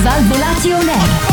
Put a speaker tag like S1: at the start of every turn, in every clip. S1: Svalvolati on air.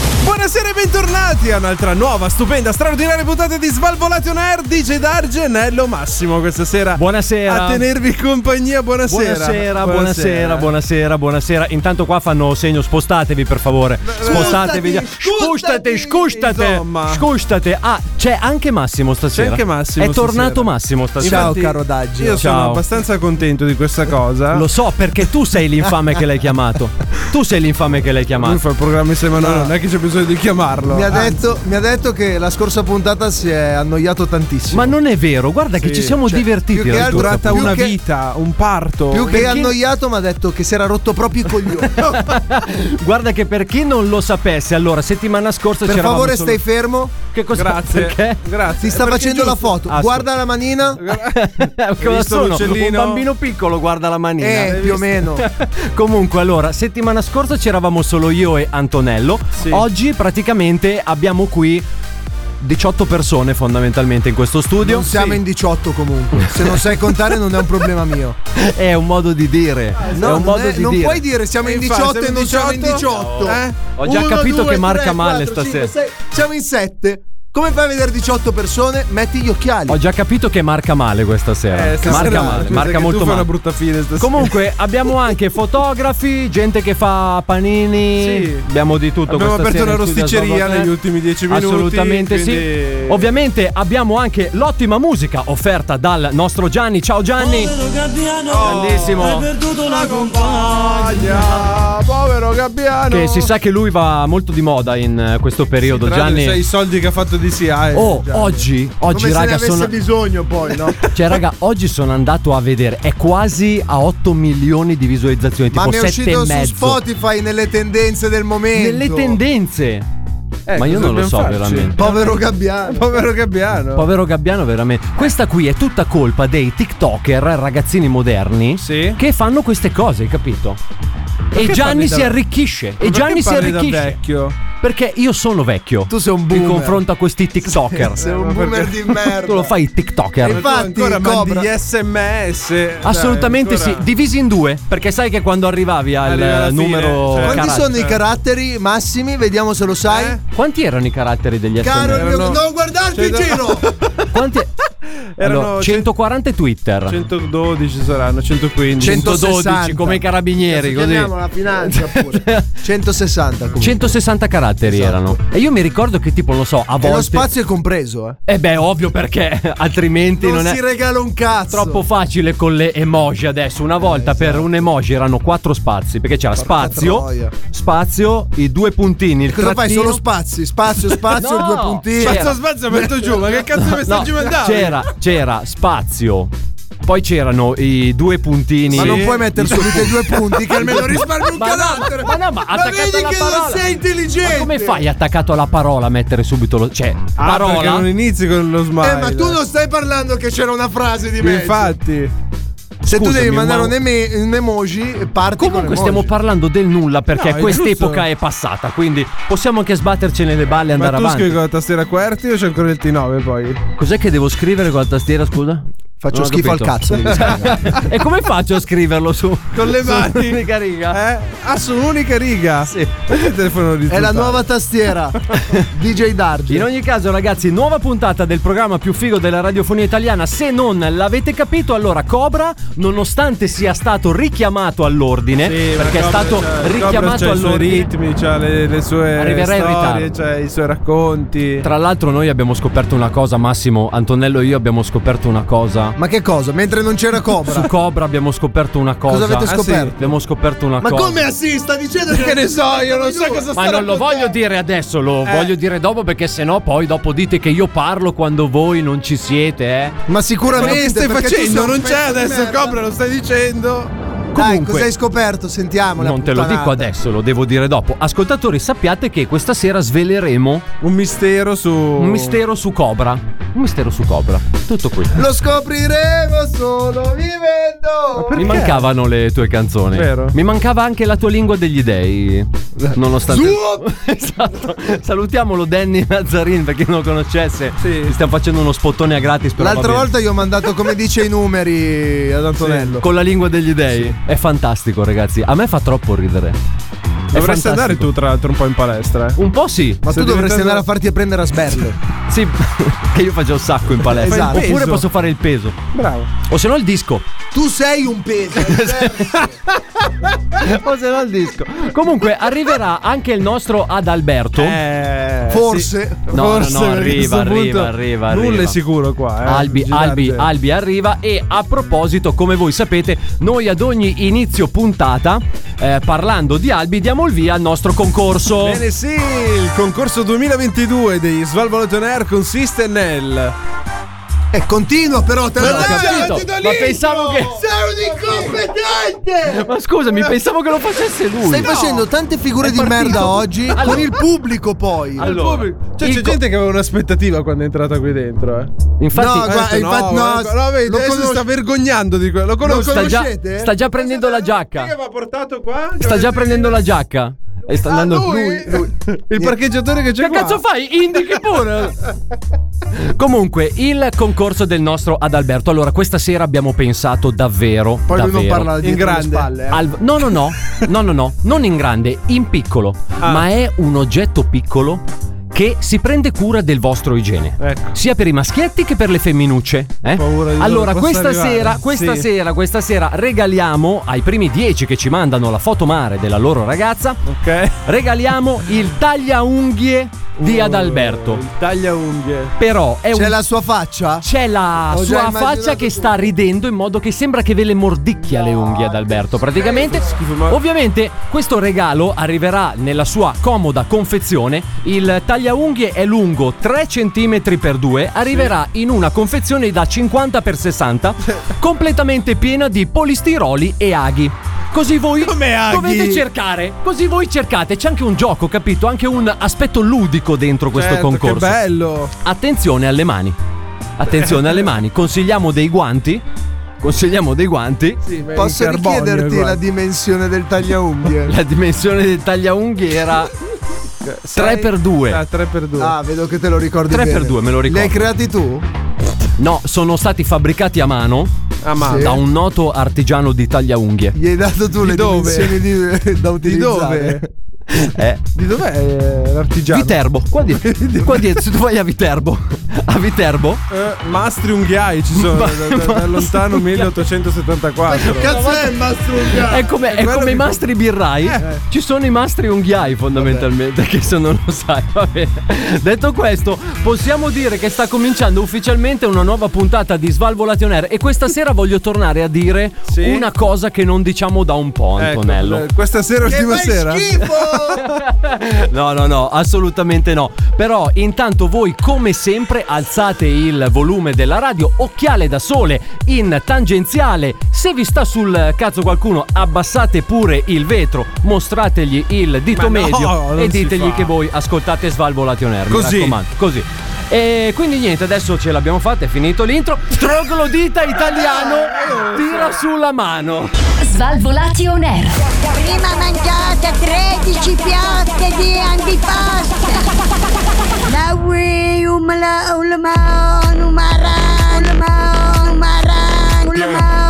S2: Buonasera e bentornati a un'altra nuova, stupenda, straordinaria puntata di Svalvolati on Air DJ Darge e Nello Massimo questa sera
S3: Buonasera.
S2: A tenervi compagnia, buonasera
S3: Buonasera, buonasera, buonasera, buonasera. Intanto qua fanno segno, spostatevi per
S2: Eh,
S3: favore. Spostatevi. via.
S2: scustati,
S3: Scustate, scustate.
S2: insomma.
S3: Scustate. Ah, c'è anche Massimo stasera.
S2: C'è anche Massimo
S3: È tornato
S2: stasera.
S3: Massimo stasera.
S2: Infatti,
S4: caro Darge.
S2: Io sono
S3: Ciao.
S2: abbastanza contento di questa cosa
S3: Lo so perché tu sei l'infame che l'hai chiamato. Tu sei l'infame che l'hai
S2: Lui
S3: chiamato.
S2: fa il programma settimanale, non è che c'è bisogno di chiamarlo
S5: Mi ha,
S2: Anzi,
S5: detto, mi ha detto che la scorsa puntata si è annoiato tantissimo.
S3: Ah, Ma non è vero, guarda che ci siamo
S5: cioè,
S3: divertiti.
S5: più che
S3: la
S5: altro-
S3: giornata.
S2: durata
S5: più
S2: una
S5: che-
S2: vita, un parto
S5: Più che
S2: Perché-
S5: annoiato, mi ha detto che si era rotto proprio i coglioni.
S3: Guarda che per chi non lo sapesse, allora settimana scorsa
S5: per
S3: c'era
S5: favore, stai fermo.
S3: Che cosa
S2: Grazie
S3: Perché?
S2: Grazie Eh,
S5: Ti sta
S2: Perché
S5: facendo la
S2: giusto-
S5: foto.
S3: Ascolta.
S5: Guarda la manina.
S3: Cosa
S2: visto
S3: sono? Un
S2: l'uccellino?
S3: bambino piccolo guarda la manina.
S5: Eh, più o meno.
S3: Comunque, allora, settimana scorsa c'eravamo solo io e Antonello. Oggi praticamente abbiamo qui 18 persone fondamentalmente in questo studio.
S5: Non siamo in 18 comunque. Se non sai contare non è un problema mio.
S3: È un modo di dire.
S2: Eh,
S3: è un
S5: non
S3: modo
S5: è-
S3: di
S5: non
S3: dire.
S5: puoi dire siamo in
S2: Infatti,
S5: 18 e
S2: siamo
S5: non
S2: in
S5: siamo in
S2: 18?
S5: 18.
S2: Eh?
S3: Ho già
S5: Uno,
S3: capito
S5: due,
S3: che marca
S5: tre,
S3: male
S5: quattro,
S3: stasera.
S5: cinque, sei. siamo in 7. Come fai a vedere 18 persone? Metti gli occhiali.
S3: Ho già capito che marca male questa sera.
S2: Eh, stasera-
S3: marca
S2: scusa,
S3: male,
S2: che
S3: marca
S2: tu
S3: molto
S2: fai
S3: male.
S2: una brutta fine stasera.
S3: Comunque abbiamo anche fotografi, gente che fa panini,
S2: Sì.
S3: abbiamo di tutto.
S2: Abbiamo
S3: questa
S2: aperto
S3: sera
S2: una
S3: in studio a
S2: rosticceria
S3: Svalvolati.
S2: negli ultimi dieci minuti,
S3: Assolutamente
S2: quindi-
S3: sì. Ovviamente abbiamo anche l'ottima musica offerta dal nostro Gianni. Ciao Gianni. Grandissimo.
S2: Agna, povero Gabbiano
S3: Che si sa che lui va molto di moda in eh, questo periodo.
S2: Tra l'altro, sai i
S3: Gianni.
S2: soldi che ha fatto di eh. CIA.
S3: Oh, oggi, oggi
S5: Come se ne
S3: raga,
S5: avesse
S3: sono...
S5: bisogno poi, no?
S3: Cioè, raga, oggi sono andato a vedere. È quasi a 8 milioni di visualizzazioni,
S5: Ma mi è
S3: tipo 7 e
S5: uscito su
S3: mezzo.
S5: Spotify nelle tendenze del momento.
S3: Nelle tendenze. Ma io
S2: Eh, cosa
S3: non lo
S2: dobbiamo
S3: so
S2: farci?
S3: veramente.
S5: Povero Gabbiano.
S2: Povero Gabbiano.
S3: Povero Gabbiano, veramente. Questa qui è tutta colpa dei TikToker, ragazzini moderni,
S2: Sì.
S3: che fanno queste cose, hai capito? e
S2: parli
S3: Gianni
S2: da-
S3: si arricchisce. E
S2: Ma perché
S3: Gianni si
S2: parli da
S3: arricchisce.
S2: vecchio.
S3: Perché io sono vecchio.
S5: Tu sei un
S3: In
S5: boomer.
S3: confronto a questi TikToker.
S5: Sei un
S2: ma
S5: boomer di merda.
S3: tu lo fai il TikToker.
S5: E Infatti,
S2: ancora mandi
S5: Cobra.
S2: gli sms. Cioè,
S3: Assolutamente
S2: ancora-
S3: sì, divisi in due, perché sai che quando arrivavi al
S2: Arriva alla fine,
S3: numero
S2: cioè.
S5: Quanti
S3: caratteri-
S5: sono i caratteri massimi? Vediamo se lo sai.
S2: Eh?
S3: Quanti erano i caratteri degli
S5: Caro il
S3: SMS?
S5: mio...
S2: Erano-
S5: Non guardarti
S2: Cioè,
S5: in
S2: no.
S5: giro!
S3: Quanti
S2: Erano
S3: Allora,
S2: cent-
S3: 140 e Twitter.
S2: 112 saranno, 115.
S3: 112
S5: 160.
S3: come i carabinieri, così.
S5: Chiamiamo la finanza pure. 160 comunque.
S3: 160 caratteri erano. E io mi ricordo che tipo, lo so, a
S5: E lo
S3: volte...
S5: spazio è compreso, eh.
S3: Eh beh, ovvio perché altrimenti non,
S5: non
S3: è
S5: si regala un cazzo.
S3: troppo facile con le emoji adesso. Una volta per un emoji erano quattro spazi, perché c'era spazio,
S5: Esatto. troia.
S3: spazio, i due puntini, il
S5: Cosa fai?
S3: trattino.
S5: Solo spazi, spazio, spazio,
S3: No,
S5: due puntini.
S3: c'era-
S2: Spazza, spazza, metto giù. Ma che cazzo mi
S3: No,
S2: stai giù mandando?
S3: c'era, c'era spazio. Poi c'erano i due puntini.
S5: Ma non
S2: Sì.
S5: puoi mettere subito i due punti che almeno risparmi un
S3: Ma no,
S5: carattere.
S3: ma no, ma attaccata
S5: vedi
S3: alla
S5: che
S3: parola.
S5: non sei intelligente.
S3: Ma come fai attaccato alla parola a mettere subito lo. Cioè,
S2: Ah, perché
S3: parola.
S2: non inizi con lo smile.
S5: Eh, ma tu non stai parlando che c'era una frase di me.
S2: Infatti.
S5: Se tu
S3: Scusami,
S5: devi mandare
S3: ma-
S5: un, eme- un emoji, parti
S3: Comunque
S5: con l'emoji.
S3: stiamo parlando del nulla perché
S2: No, è
S3: quest'epoca
S2: giusto.
S3: è passata, quindi possiamo anche sbattercene le balle e
S2: Ma
S3: andare
S2: tu
S3: avanti.
S2: scrivi con la tastiera QWERTY o c'è ancora il T9 poi?
S3: Cos'è che devo scrivere con la tastiera, scusa?
S5: Faccio
S3: Non ho
S5: schifo al
S3: capito.
S5: cazzo. devi scrivere.
S3: e come faccio a scriverlo su?
S2: Con le mani.
S3: Su un'unica riga?
S2: Eh? Ah, su un'unica riga.
S3: Sì.
S2: Il telefono
S5: È
S2: orizzontale.
S5: la nuova tastiera. DJ Darge.
S3: In ogni caso, ragazzi, nuova puntata del programma più figo della radiofonia italiana. Se non l'avete capito, allora Cobra, nonostante sia stato richiamato all'ordine,
S2: Sì, ma
S3: Eh, perché è
S2: Cobra
S3: stato
S2: c'ha- Cobra
S3: richiamato
S2: c'ha i suoi
S3: all'ordine.
S2: ritmi, c'ha le, le sue
S3: Arriverà in
S2: storie,
S3: ritardo.
S2: c'ha i suoi racconti.
S3: Tra l'altro, noi abbiamo scoperto una cosa, Massimo, Antonello e io abbiamo scoperto una cosa.
S5: Ma che cosa? Mentre non c'era
S3: Su
S5: Cobra.
S3: Cobra abbiamo scoperto una cosa.
S5: Cosa avete
S2: Ah, sì.
S5: scoperto?
S3: Abbiamo scoperto una
S5: Ma
S3: cosa.
S5: come assi? Sta dicendo
S2: che ne so, io non so cosa
S3: Ma
S2: sta
S3: non lo voglio dire adesso, lo
S5: Eh.
S3: voglio dire dopo perché sennò poi dopo dite che io parlo quando voi non ci siete, eh.
S5: Ma
S2: Ma
S5: sicuramente
S2: che stai
S5: perché tu
S2: facendo?
S5: sei un
S2: Non c'è
S5: pezzo di
S2: adesso
S5: merda.
S2: Cobra, lo stai dicendo.
S5: Dai,
S3: Comunque-
S5: cosa hai scoperto? Sentiamo. la
S3: Non te lo
S5: puttanata.
S3: dico adesso, lo devo dire dopo. Ascoltatori, sappiate che questa sera sveleremo
S2: Un mistero su.
S3: un
S5: Oh.
S3: mistero su Cobra. Un mistero su Cobra. Tutto qui.
S5: Lo scopriremo solo vivendo.
S3: Mi mancavano le tue canzoni.
S2: Vero.
S3: Mi mancava anche la tua lingua degli dei. Nonostante. esatto. Salutiamolo Danny Nazzarin per chi non lo conoscesse.
S2: Sì.
S3: Gli Stiamo facendo uno spottone a gratis però
S5: L'altra
S3: va bene.
S5: volta io ho mandato come dice i numeri ad Antonello.
S3: Con la lingua degli dei. È fantastico, ragazzi. A me fa troppo ridere. È
S2: Dovresti
S3: fantastico.
S2: andare tu, tra l'altro, un po' in palestra. eh.
S3: Un po' sì.
S5: Ma
S2: Sei
S5: tu dovresti
S2: diventato-
S5: andare a farti prendere a sberle.
S3: Sì, che io faccio un sacco in palestra.
S5: Esatto.
S3: Oppure
S2: Peso.
S3: posso fare il peso.
S2: Bravo.
S3: O se no il disco.
S5: Tu sei un peso.
S3: o se no il disco. Comunque arriverà anche il nostro Adalberto.
S2: Eh,
S5: Forse.
S3: No,
S2: Forse
S3: no,
S2: perché
S3: no,
S2: a
S3: arriva,
S2: questo
S3: arriva,
S2: punto
S3: arriva,
S2: Nulla
S3: arriva.
S2: è sicuro qua. eh.
S3: Albi,
S2: Girardi-
S3: Albi, Albi arriva e a proposito, come voi sapete, noi ad ogni inizio puntata, eh, parlando di Albi, diamo il via al nostro concorso.
S2: Bene, sì, il concorso 2022 degli Svalvolaton Air consiste nel.
S5: E Eh, continua però, te
S3: Ma
S5: lo
S3: l'ho
S5: dico.
S3: capito,
S2: ti do
S3: ma
S2: l'info!
S3: pensavo che...
S5: Sei un incompetente!
S3: Ma scusami, pensavo che lo facesse lui.
S5: Stai facendo tante figure di merda oggi con il pubblico poi.
S3: Allora,
S2: Cioè,
S3: il
S2: c'è
S3: co-
S2: gente che aveva un'aspettativa quando è entrata qui dentro, eh.
S3: Infatti,
S5: No, guarda,
S2: Ha detto,
S5: infatti no,
S3: eh.
S2: guarda, no, vedi,
S5: lo
S2: adesso si
S5: conosce-
S2: sta vergognando di quello. Lo
S5: lo
S2: conosco.
S3: sta, già,
S5: conoscete?
S3: sta già prendendo la
S2: Che
S3: giacca.
S2: mi ha portato qua? Cioè,
S3: Sta già prendendo la giacca. E sta andando
S2: lui, Il parcheggiatore che c'è
S3: Che
S2: qua.
S3: cazzo fai? Indichi pure. Comunque, il concorso del nostro Adalberto. Allora, questa sera abbiamo pensato davvero.
S5: Poi lui non
S3: davvero,
S5: parla di
S2: In grande.
S5: spalle. eh.
S3: al- no, no, no, no, no, no, non in grande, in piccolo,
S2: Ah.
S3: ma è un oggetto piccolo che si prende cura del vostro igiene.
S2: Ecco.
S3: Sia per i maschietti che per le femminucce. eh?
S2: Paura di dove
S3: allora,
S2: possa
S3: questa
S2: arrivare.
S3: sera, questa
S2: Sì.
S3: sera, questa sera regaliamo ai primi 10 che ci mandano la foto mare della loro ragazza,
S2: Ok.
S3: regaliamo il tagliaunghie di
S2: Uh.
S3: Adalberto.
S2: Il Taglia unghie.
S3: Però è
S5: C'è
S3: un
S5: la sua faccia?
S3: c'è la
S5: Ho già
S3: sua
S5: immaginato
S3: faccia che
S5: tutto.
S3: sta ridendo in modo che sembra che ve le mordicchia le unghie ad Alberto. Praticamente, ovviamente, questo regalo arriverà nella sua comoda confezione. Il tagliaunghie è lungo 3 cm x 2, arriverà in una confezione da 50 x 60, completamente piena di polistiroli e aghi. Così voi dovete cercare. Così voi cercate. C'è anche un gioco, capito? Anche un aspetto ludico dentro questo
S2: Certo,
S3: concorso.
S2: Che bello.
S3: Attenzione alle mani. Attenzione alle mani. Consigliamo dei guanti. Consigliamo dei guanti.
S5: Posso richiederti la dimensione del tagliaunghie?
S3: La dimensione del tagliaunghie era 3x2.
S2: 3x2.
S5: Ah, vedo che te lo ricordi
S3: Tre
S5: bene.
S3: per due, me lo ricordo.
S5: Li hai creati tu?
S3: No, sono stati fabbricati a mano
S2: Ah, ma
S5: Sì.
S3: da un noto artigiano di tagliaunghie.
S5: Gli hai dato tu le
S2: dove?
S5: dimensioni di- da
S2: di
S5: utilizzare?
S2: dove?
S3: Eh.
S2: Di dov'è eh, l'artigiano?
S3: Viterbo, qua dietro, qua dietro, se tu vai a Viterbo, a Viterbo,
S2: Eh, mastri unghiai ci sono da, da- da lontano 1874.
S5: Cazzo è Mastrunga?
S3: è come, è
S2: quello
S3: come i
S2: che- Eh.
S3: mastri birrai, ci sono i mastri unghiai fondamentalmente, che se non lo sai, va bene. Detto questo, possiamo dire che sta cominciando ufficialmente una nuova puntata di Svalvolation Air e questa sera voglio tornare a dire
S2: Sì?
S3: una cosa che non diciamo da un po',
S2: Ecco,
S3: Antonello.
S2: eh, questa sera, ultima sera.
S3: No, no, no, assolutamente no. Però intanto voi come sempre alzate il volume della radio, occhiale da sole in tangenziale. Se vi sta sul cazzo qualcuno, abbassate pure il vetro, mostrategli il dito
S2: Ma no,
S3: medio
S2: non
S3: e
S2: si
S3: ditegli
S2: fa.
S3: che voi ascoltate Svalvolation Air,
S2: Così.
S3: mi raccomando, così. E quindi niente, adesso ce l'abbiamo fatta, è finito l'intro. Troglodita italiano
S2: Eh, oh,
S3: tira sulla mano.
S1: Svalvolati on air.
S6: Prima mangiate 13 piatte di antipasto. La ui umla ulma onumara ulma onumara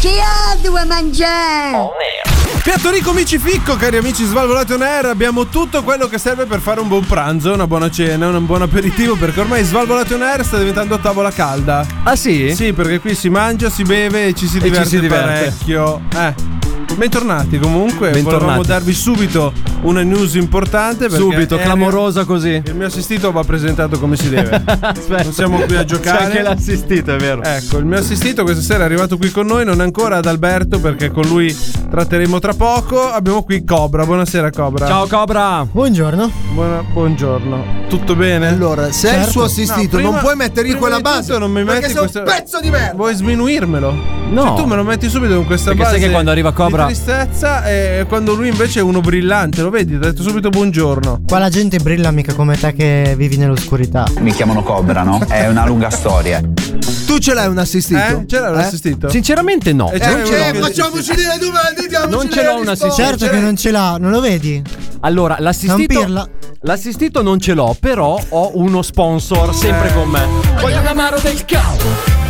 S6: Chi ha due mangiare?
S2: Piatto ricco mici ficco, cari amici Svalvolati on Air, abbiamo tutto quello che serve per fare un buon pranzo, una buona cena, un buon aperitivo, perché ormai Svalvolati on Air sta diventando tavola calda.
S3: Ah sì?
S2: Sì, perché qui si mangia, si beve e ci si
S3: ci
S2: diverte,
S3: si diverte.
S2: parecchio. Eh. Bentornati comunque,
S3: Bentornati.
S2: volevamo darvi subito una news importante. perché
S3: Subito,
S2: Elio,
S3: clamorosa così.
S2: Il mio assistito va presentato come si deve.
S3: Aspetta.
S2: Non siamo qui a giocare.
S3: C'è anche l'assistito, è vero.
S2: Ecco, il mio assistito questa sera è arrivato qui con noi, non è ancora ad Alberto perché con lui tratteremo tra poco. Abbiamo qui Cobra, buonasera Cobra.
S3: Ciao Cobra.
S7: Buongiorno.
S2: Buona- buongiorno. Tutto bene?
S5: Allora, se è il suo assistito,
S2: No, prima-
S5: non puoi mettergli
S2: prima
S5: quella
S2: di tutto
S5: base.
S2: non mi
S5: perché
S2: metti
S5: sei
S2: questa-
S5: un pezzo di merda.
S2: Vuoi sminuirmelo?
S3: No.
S2: Se tu me lo metti subito con questa
S3: Perché sai
S2: base
S3: che quando arriva Cobra-
S2: di tristezza e quando lui invece è uno brillante, lo vedi, ha detto subito buongiorno.
S7: Qua la gente brilla mica come te che vivi nell'oscurità.
S8: Mi chiamano Cobra, no? È una lunga storia.
S5: Tu ce l'hai un assistito?
S2: Eh? Ce l'ha l'assistito?
S3: Sinceramente no. Eh,
S2: E c'è
S5: Eh,
S2: uno
S5: cioè,
S2: che-
S5: facciamoci delle domande, diamoci
S3: Non ce
S5: delle
S3: l'ho un
S5: risposte.
S3: assistito.
S2: Eh,
S7: Certo che non ce l'ha, non lo vedi?
S3: Allora, l'assistito
S7: Zampirla.
S3: L'assistito non ce l'ho, però ho uno sponsor sempre con me.
S7: Eh.
S3: Voglio un amaro del cavolo.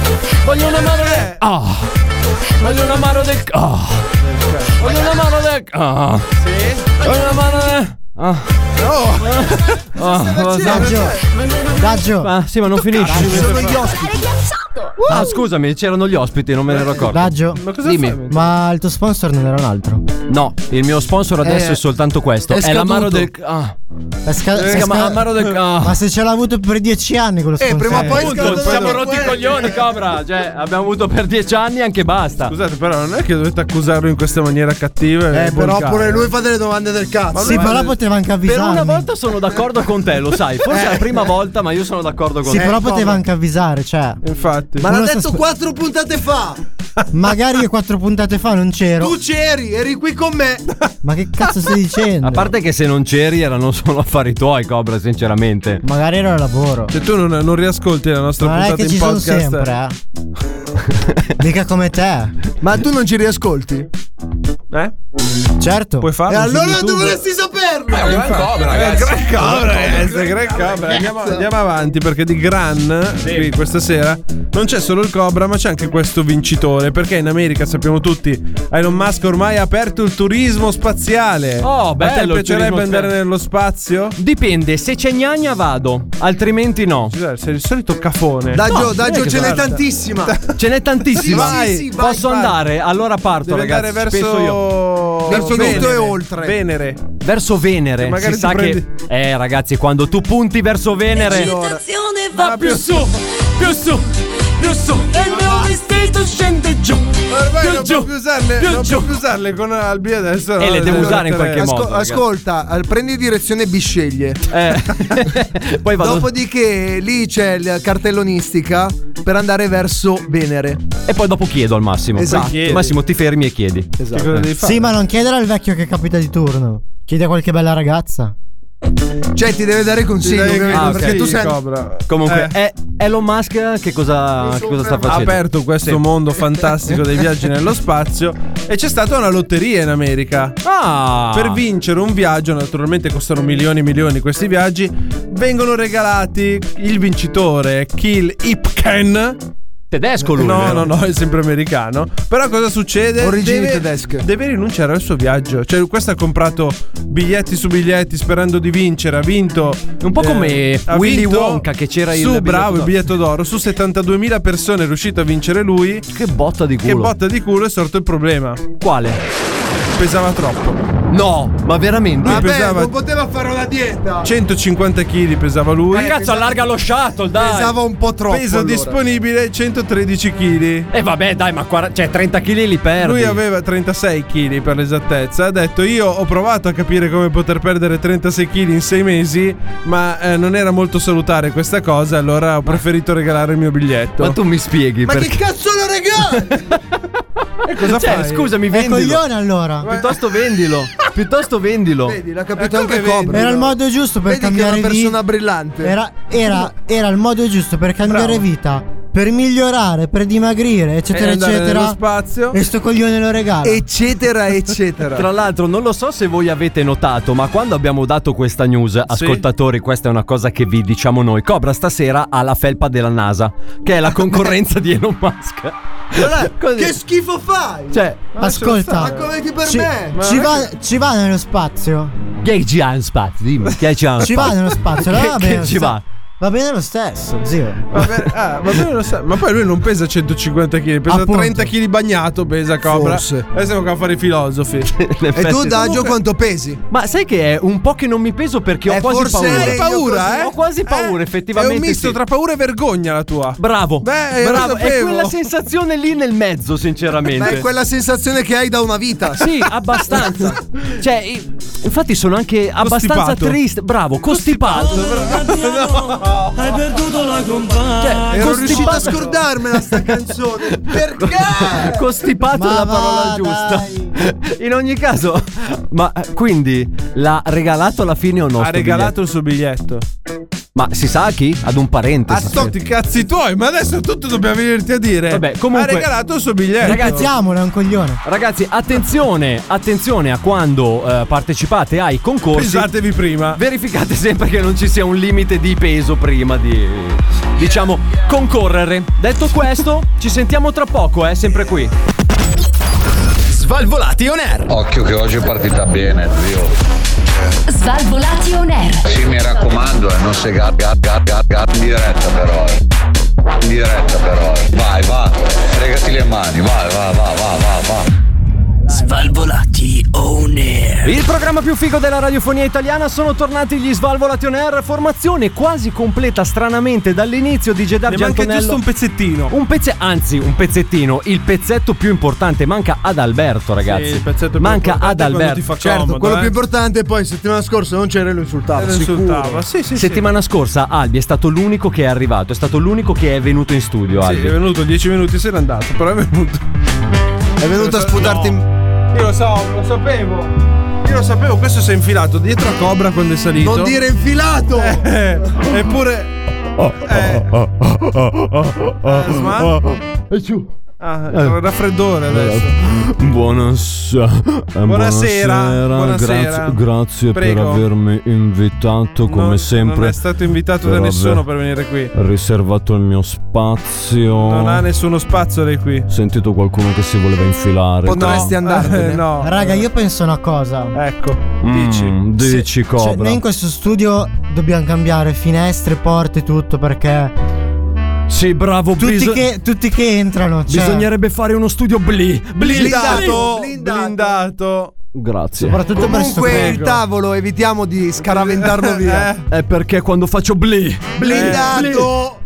S3: Voglio un amaro
S7: Eh.
S3: del Ah! Voglio un amaro del Ah! Voglio un amaro del Ah! Voglio un amaro del Ah! No!
S7: Daggio. Daggio.
S3: ma sì, ma non finisce.
S5: Sono gli ospiti.
S3: Ah, scusami, c'erano gli ospiti, non me ne
S7: Eh,
S3: ero accorto.
S7: Daggio.
S2: Ma cosa
S3: Dimmi.
S2: fai?
S7: Ma il tuo sponsor non era un altro.
S3: No, il mio sponsor adesso è soltanto questo.
S5: è
S3: È l'amaro
S5: scaduto.
S3: del Ah!
S7: Eh, È sca-
S3: Si
S7: è
S3: chiama
S7: sca-
S3: amaro del Ah!
S7: ma se ce l'ha avuto per dieci anni quello
S5: Eh,
S7: sponsor.
S5: prima o poi
S3: Appunto,
S5: scadono
S3: siamo
S5: quelli.
S3: rotti i coglioni, Cobra. Cioè, abbiamo avuto per dieci anni, anche basta.
S2: Scusate, però non è che dovete accusarlo in questa maniera cattiva. e
S5: Eh, però
S2: volgare.
S5: pure lui fa delle domande del cazzo.
S2: Eh,
S7: Sì, però poteva anche
S3: Per
S7: avvisarmi.
S3: una volta sono d'accordo con te, lo sai. Forse è la prima volta, ma io sono d'accordo con
S7: Sì,
S3: te.
S7: però poteva anche avvisare, cioè.
S2: Infatti.
S5: Ma
S7: Uno
S5: l'ha
S7: sta
S5: detto
S7: spe-
S5: quattro puntate fa.
S7: Magari io quattro puntate fa non c'ero.
S5: Tu c'eri, eri qui con me.
S7: Ma che cazzo stai dicendo?
S3: A parte che se non c'eri erano solo affari tuoi, Cobra, sinceramente.
S7: Magari ero al lavoro.
S2: Se Cioè, tu non, non riascolti la nostra
S7: Non è
S2: puntata
S7: che
S2: in
S7: ci sono
S2: podcast,
S7: sempre, eh. Mica come te.
S5: Ma tu non ci riascolti? Ah,
S2: eh?
S7: Certo.
S2: Puoi farlo.
S5: e
S2: su
S5: allora
S2: YouTube.
S5: dovresti saperlo.
S2: Eh, gran cobra, eh, sta gran cobra. Andiamo, andiamo avanti perché di gran qui questa sera non c'è solo il cobra, ma c'è anche questo vincitore. Perché in America sappiamo tutti, Elon Musk ormai ha aperto il turismo spaziale.
S3: Oh,
S2: A te
S3: bello il turismo
S2: piacerebbe andare
S3: spaziale.
S2: nello spazio?
S3: Dipende, se c'è gnagna vado, altrimenti no.
S2: Scusate, sei il solito cafone.
S5: Daggio,
S3: No,
S5: Daggio,
S3: che
S5: ce n'è
S3: guarda.
S5: tantissima.
S3: Ce n'è tantissima.
S5: Sì, sì, sì, vai,
S3: Posso
S5: vai.
S3: andare? Allora parto,
S2: Devi
S3: ragazzi.
S2: andare
S3: ci penso io.
S2: verso
S5: L'infinito
S2: Venere.
S5: e oltre.
S2: Venere.
S3: Verso Venere.
S2: Magari
S3: si
S2: ti
S3: sa
S2: prendi-
S3: che. Eh, ragazzi, quando tu punti verso Venere.
S2: Va più su, più su, più su. E il mio vestito scende giù. Ormai non puoi più usarle, non puoi più usarle con Albi adesso. eh,
S3: E
S2: no?
S3: Eh, le devo usare in qualche
S2: Asco-
S3: modo.
S5: Asco- ascolta, al- prendi direzione Bisceglie.
S3: Eh. Poi vado.
S5: Dopodiché lì c'è la cartellonistica per andare verso Venere.
S3: E poi dopo chiedo al Massimo.
S5: Esatto.
S3: Quindi, Massimo, ti fermi e chiedi.
S2: Che cosa devi fare?
S7: Sì, ma non chiedere al vecchio che capita di turno. Chiedi a qualche bella ragazza.
S5: Cioè, ti deve dare consigli,
S2: Dai,
S5: ovviamente,
S3: ah, ok.
S5: perché tu sei
S2: Cobra.
S3: Comunque,
S2: Eh,
S3: eh, Elon Musk che cosa, che cosa sta
S2: ha
S3: facendo?
S2: aperto questo mondo fantastico dei viaggi nello spazio e c'è stata una lotteria in America.
S3: Ah,
S2: Per vincere un viaggio, naturalmente costano milioni e milioni questi viaggi, vengono regalati il vincitore Kill Ipken
S3: tedesco lui.
S2: No, no,
S3: vero?
S2: no, è sempre americano. Però cosa succede?
S5: Origini
S2: Deve-
S5: tedesche.
S2: Deve rinunciare al suo viaggio. Cioè, questo ha comprato biglietti su biglietti sperando di vincere. Ha vinto. eh,
S3: Un po' come
S2: ha
S3: Willy
S2: vinto
S3: Wonka che c'era il
S2: Su,
S3: biglietto
S2: bravo, il
S3: d'oro.
S2: biglietto d'oro. Su 72.000 persone è riuscito a vincere lui.
S3: Che botta di
S2: Che
S3: culo.
S2: botta di culo è sorto il problema.
S3: Quale?
S2: Pesava troppo.
S3: No, ma veramente?
S2: Lui
S5: Vabbè,
S2: pesava
S5: non poteva fare una dieta.
S2: 150 kg, pesava lui.
S3: Ma cazzo, allarga lo shuttle, dai.
S5: Pesava un po' troppo.
S2: Peso
S5: allora.
S2: disponibile 113 kg.
S3: E Eh, vabbè, dai, ma 40 cioè 30 kg li perdi.
S2: Lui aveva 36 kg per l'esattezza. Ha detto: Io ho provato a capire come poter perdere 36 kg in 6 mesi, ma eh, non era molto salutare questa cosa. Allora ho preferito regalare il mio biglietto.
S3: Ma tu mi spieghi
S5: Ma
S3: perché
S5: che cazzo lo regali?
S3: cosa cioè,
S2: fai?
S3: Scusami,
S7: È
S3: vendilo.
S7: coglione allora.
S3: Piuttosto vendilo. Piuttosto vendilo.
S5: Vedi, l'ha capito
S2: Eh, come
S5: anche
S2: vedi?
S5: Cobra.
S7: Era il
S5: no?
S7: modo giusto per
S5: Vedi che è
S7: cambiare
S5: una persona
S7: vita.
S5: brillante.
S7: Era, era, era il modo giusto per cambiare
S2: Bravo.
S7: vita. Per migliorare, per dimagrire,
S2: E
S7: eccetera,
S2: andare nello
S7: eccetera.
S2: spazio.
S7: E sto coglione lo regala. Eh,
S5: Eccetera, eccetera.
S3: Tra l'altro, non lo so se voi avete notato, ma quando abbiamo dato questa news, ascoltatori, questa è una cosa che vi diciamo noi. Cobra stasera ha la felpa della NASA, che è la concorrenza di Elon Musk.
S5: Cioè, che schifo fai?
S3: Cioè,
S7: Ascolta,
S5: Ma come ti per
S7: ci,
S5: me?
S7: ci va, ci va nello spazio.
S3: Che ci ha in spazio? Dimmi, che ci ha in
S7: Ci va nello spazio.
S3: Che-
S7: allora va
S3: che
S7: bene lo
S3: ci va?
S7: sta- Va bene lo stesso, zio.
S2: Va bene, ah, va bene lo sa- ma poi lui non pesa 150 kg, pesa
S7: Appunto.
S2: 30 kg bagnato, pesa Cobra.
S5: Forse.
S2: Adesso siamo qua a fare i filosofi.
S5: E tu, Daggio,
S2: Comunque-
S5: quanto pesi?
S3: Ma sai che è un po' che non mi peso perché ho
S5: Eh,
S3: quasi
S5: forse
S3: paura.
S5: hai paura,
S3: Ho quasi paura,
S2: Eh,
S3: effettivamente.
S2: È un misto
S3: sì.
S2: tra paura e vergogna la tua.
S3: Bravo,
S2: Beh,
S3: bravo.
S2: lo
S3: È
S2: sapevo.
S3: quella sensazione lì nel mezzo, sinceramente.
S5: Ma è quella sensazione che hai da una vita.
S3: Sì, abbastanza. cioè, i- infatti sono anche abbastanza
S2: Costipato.
S3: triste. Bravo, costipato.
S5: Ero
S3: Hai perduto
S5: riuscito
S3: la
S5: a
S3: compagna. Cioè, costipato.
S5: scordarmela sta canzone. Perché?
S3: Costipato
S7: Ma
S3: è la parola
S7: va,
S3: giusta. In ogni caso, ma eh, quindi l'ha regalato alla fine o no?
S2: Ha
S3: sto
S2: regalato il suo biglietto.
S3: biglietto? Ma si sa a chi? Ad un parente.
S2: A
S3: si
S2: sto
S3: sa.
S2: i cazzi tuoi, ma adesso tutto dobbiamo venirti a dire.
S3: Vabbè, comunque-
S2: Ha regalato il suo biglietto.
S3: Eh, Ragazzi,
S7: Siamola, è un coglione.
S3: Ragazzi, attenzione, attenzione a quando eh, partecipate ai concorsi.
S2: pesatevi prima.
S3: Verificate sempre che non ci sia un limite di peso prima di diciamo concorrere. Detto questo, ci sentiamo tra poco, eh, sempre qui.
S9: Svalvolati on air.
S10: Occhio che oggi è partita bene, zio.
S1: Svalvolati on air.
S10: Sì, mi raccomando, eh, non sei gat, gat, gat, gat, gat, in diretta però. eh. In diretta però. eh. Vai, va. Fregati le mani, vai, va, va, va, va, va.
S9: Svalvolati on air.
S3: Il programma più figo della radiofonia italiana sono tornati gli Svalvolati on air, formazione quasi completa stranamente dall'inizio di
S2: Ne
S3: Gedargi
S2: manca
S3: Antonello.
S2: giusto un pezzettino.
S3: Un pezzetto, anzi, un pezzettino, il pezzetto più importante manca ad Alberto, ragazzi.
S2: Sì, il pezzetto più
S3: manca
S2: importante
S3: ad
S2: è quando
S3: Alberto. Cioè,
S2: ti fa
S5: Certo,
S2: comodo,
S5: quello
S2: eh.
S5: più importante poi settimana scorsa non c'era e lo insultavo.
S2: Era
S5: sicuro.
S2: insultava. Sì, sì, sì.
S3: Settimana scorsa Albi è stato l'unico che è arrivato, è stato l'unico che è venuto in studio,
S2: Sì,
S3: Albi.
S2: è venuto 10 minuti e se n'è andato, però è venuto.
S5: È venuto a sputarti in...
S2: Io lo so, lo sapevo. Io lo sapevo, questo si è infilato dietro a Cobra quando è salito.
S5: Non dire infilato!
S2: Eh, eppure. Eh. Asma? Ah, è un raffreddore adesso.
S3: Buonasera.
S2: Buonasera, buonasera.
S3: Grazie, grazie per
S2: Prego.
S3: avermi invitato come
S2: Non- Non
S3: sempre.
S2: è stato invitato
S3: Per
S2: da nessuno
S3: aver-
S2: per venire qui.
S3: Riservato il mio spazio.
S2: Non ha nessuno spazio lei qui.
S3: Sentito qualcuno che si voleva infilare.
S5: Potresti andartene.
S2: Eh, no.
S7: Raga, io penso una cosa.
S2: Ecco,
S3: Mm,
S2: dici.
S7: Cioè,
S3: dici Cobra.
S7: noi in questo studio dobbiamo cambiare finestre, porte, tutto perché
S3: Sì, bravo,
S7: tutti,
S3: biso-
S7: che, tutti che entrano. Cioè,
S3: Bisognerebbe fare uno studio bli.
S2: Blindato.
S5: Blindato, blindato.
S2: blindato.
S3: Grazie.
S7: Soprattutto per sto
S5: Comunque il
S7: prego.
S5: tavolo evitiamo di scaraventarlo via.
S2: Eh,
S3: È perché quando faccio bli.
S5: Blindato!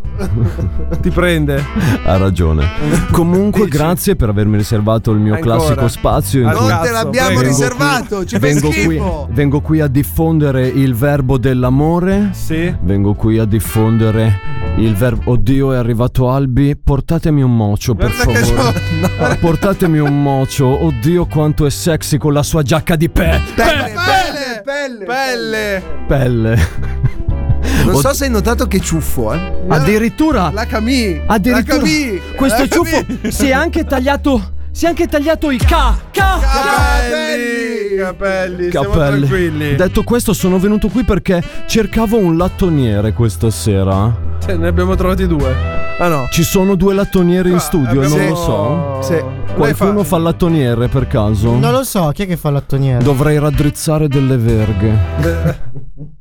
S2: ti prende.
S3: Ha ragione. Comunque,
S2: Dici?
S3: grazie per avermi riservato il mio
S2: Ancora.
S3: classico spazio. in
S2: Ah,
S5: Non
S3: cui
S5: te
S2: Cazzo,
S5: l'abbiamo
S2: prego.
S5: riservato, ci fai
S3: vengo, qui,
S5: schifo!
S3: vengo qui a diffondere il verbo dell'amore.
S2: Sì.
S3: Vengo qui a diffondere il verbo. Oddio, è arrivato Albi. Portatemi un mocio, per
S2: Guarda che
S3: favore. Ah, Portatemi un mocio. Oddio, quanto è sexy con la sua giacca di pe.
S5: Pelle, pelle, pelle,
S2: Pelle.
S3: Pelle.
S5: Non so se hai notato che ciuffo, eh.
S3: Addirittura.
S5: La Camille.
S3: Addirittura questo ciuffo si è anche tagliato. Si è anche tagliato i ca. Ca.
S2: Capelli. Capelli. Siamo
S3: Cappelli.
S2: tranquilli.
S3: Detto questo, sono venuto qui perché cercavo un lattoniere questa sera.
S2: Cioè, ne abbiamo trovati due. Ah no.
S3: Ci sono due lattonieri
S2: Ah,
S3: in studio, non
S5: Ah, abbiamo-
S3: lo so.
S5: Sì.
S3: Qualcuno fa il lattoniere per caso?
S7: Non lo so, chi è che fa l'attoniere?
S3: Dovrei raddrizzare delle verghe.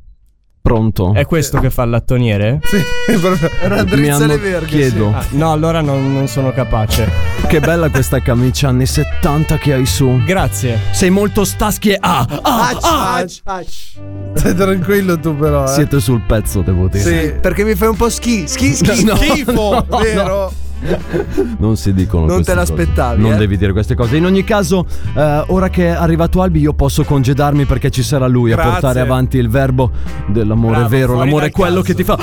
S3: Pronto?
S11: È questo che fa il lattoniere?
S3: Mi
S5: Raddrizza
S3: hanno-
S5: le verghe.
S3: Chiedo,
S11: No, allora non, non sono capace.
S3: che bella questa camicia anni 70 che hai su.
S11: Grazie.
S3: Sei molto staschi e ah, ah, ah.
S2: Stai tranquillo tu però, eh.
S3: Siete sul pezzo, devo dire.
S2: Sì.
S5: Perché mi fai un po' schi, schi, schi.
S3: No,
S2: Schifo,
S3: no,
S2: vero?
S3: Non si dicono
S5: Non
S3: queste
S5: te
S3: cose.
S5: l'aspettavi,
S3: Non
S5: eh?
S3: devi dire queste cose. In ogni caso, eh, ora che è arrivato Albi, io posso congedarmi perché ci sarà lui
S2: Grazie.
S3: a portare avanti il verbo dell'amore
S11: Bravo,
S3: vero.
S11: fuori
S3: L'amore è
S11: dal
S3: quello
S11: cazzo.
S3: che ti fa.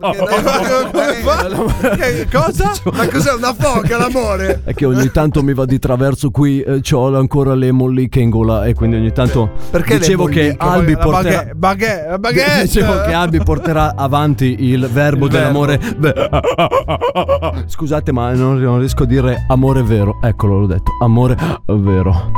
S2: Ma come fa? Che cosa?
S12: Cioè,
S5: Ma cos'è una foca l'amore?
S3: È che ogni tanto mi va di traverso qui, eh, c'ho ancora le molliche in gola e quindi ogni tanto
S5: Perché le
S3: dicevo che
S5: molliche?
S3: Albi
S2: La
S3: porterà
S2: baguette, baguette, la baguette.
S3: Dicevo che Albi porterà avanti il verbo
S2: Il
S3: dell'amore. Beh, Scusate, ma non, non riesco a dire amore vero. Eccolo, l'ho detto. Amore vero.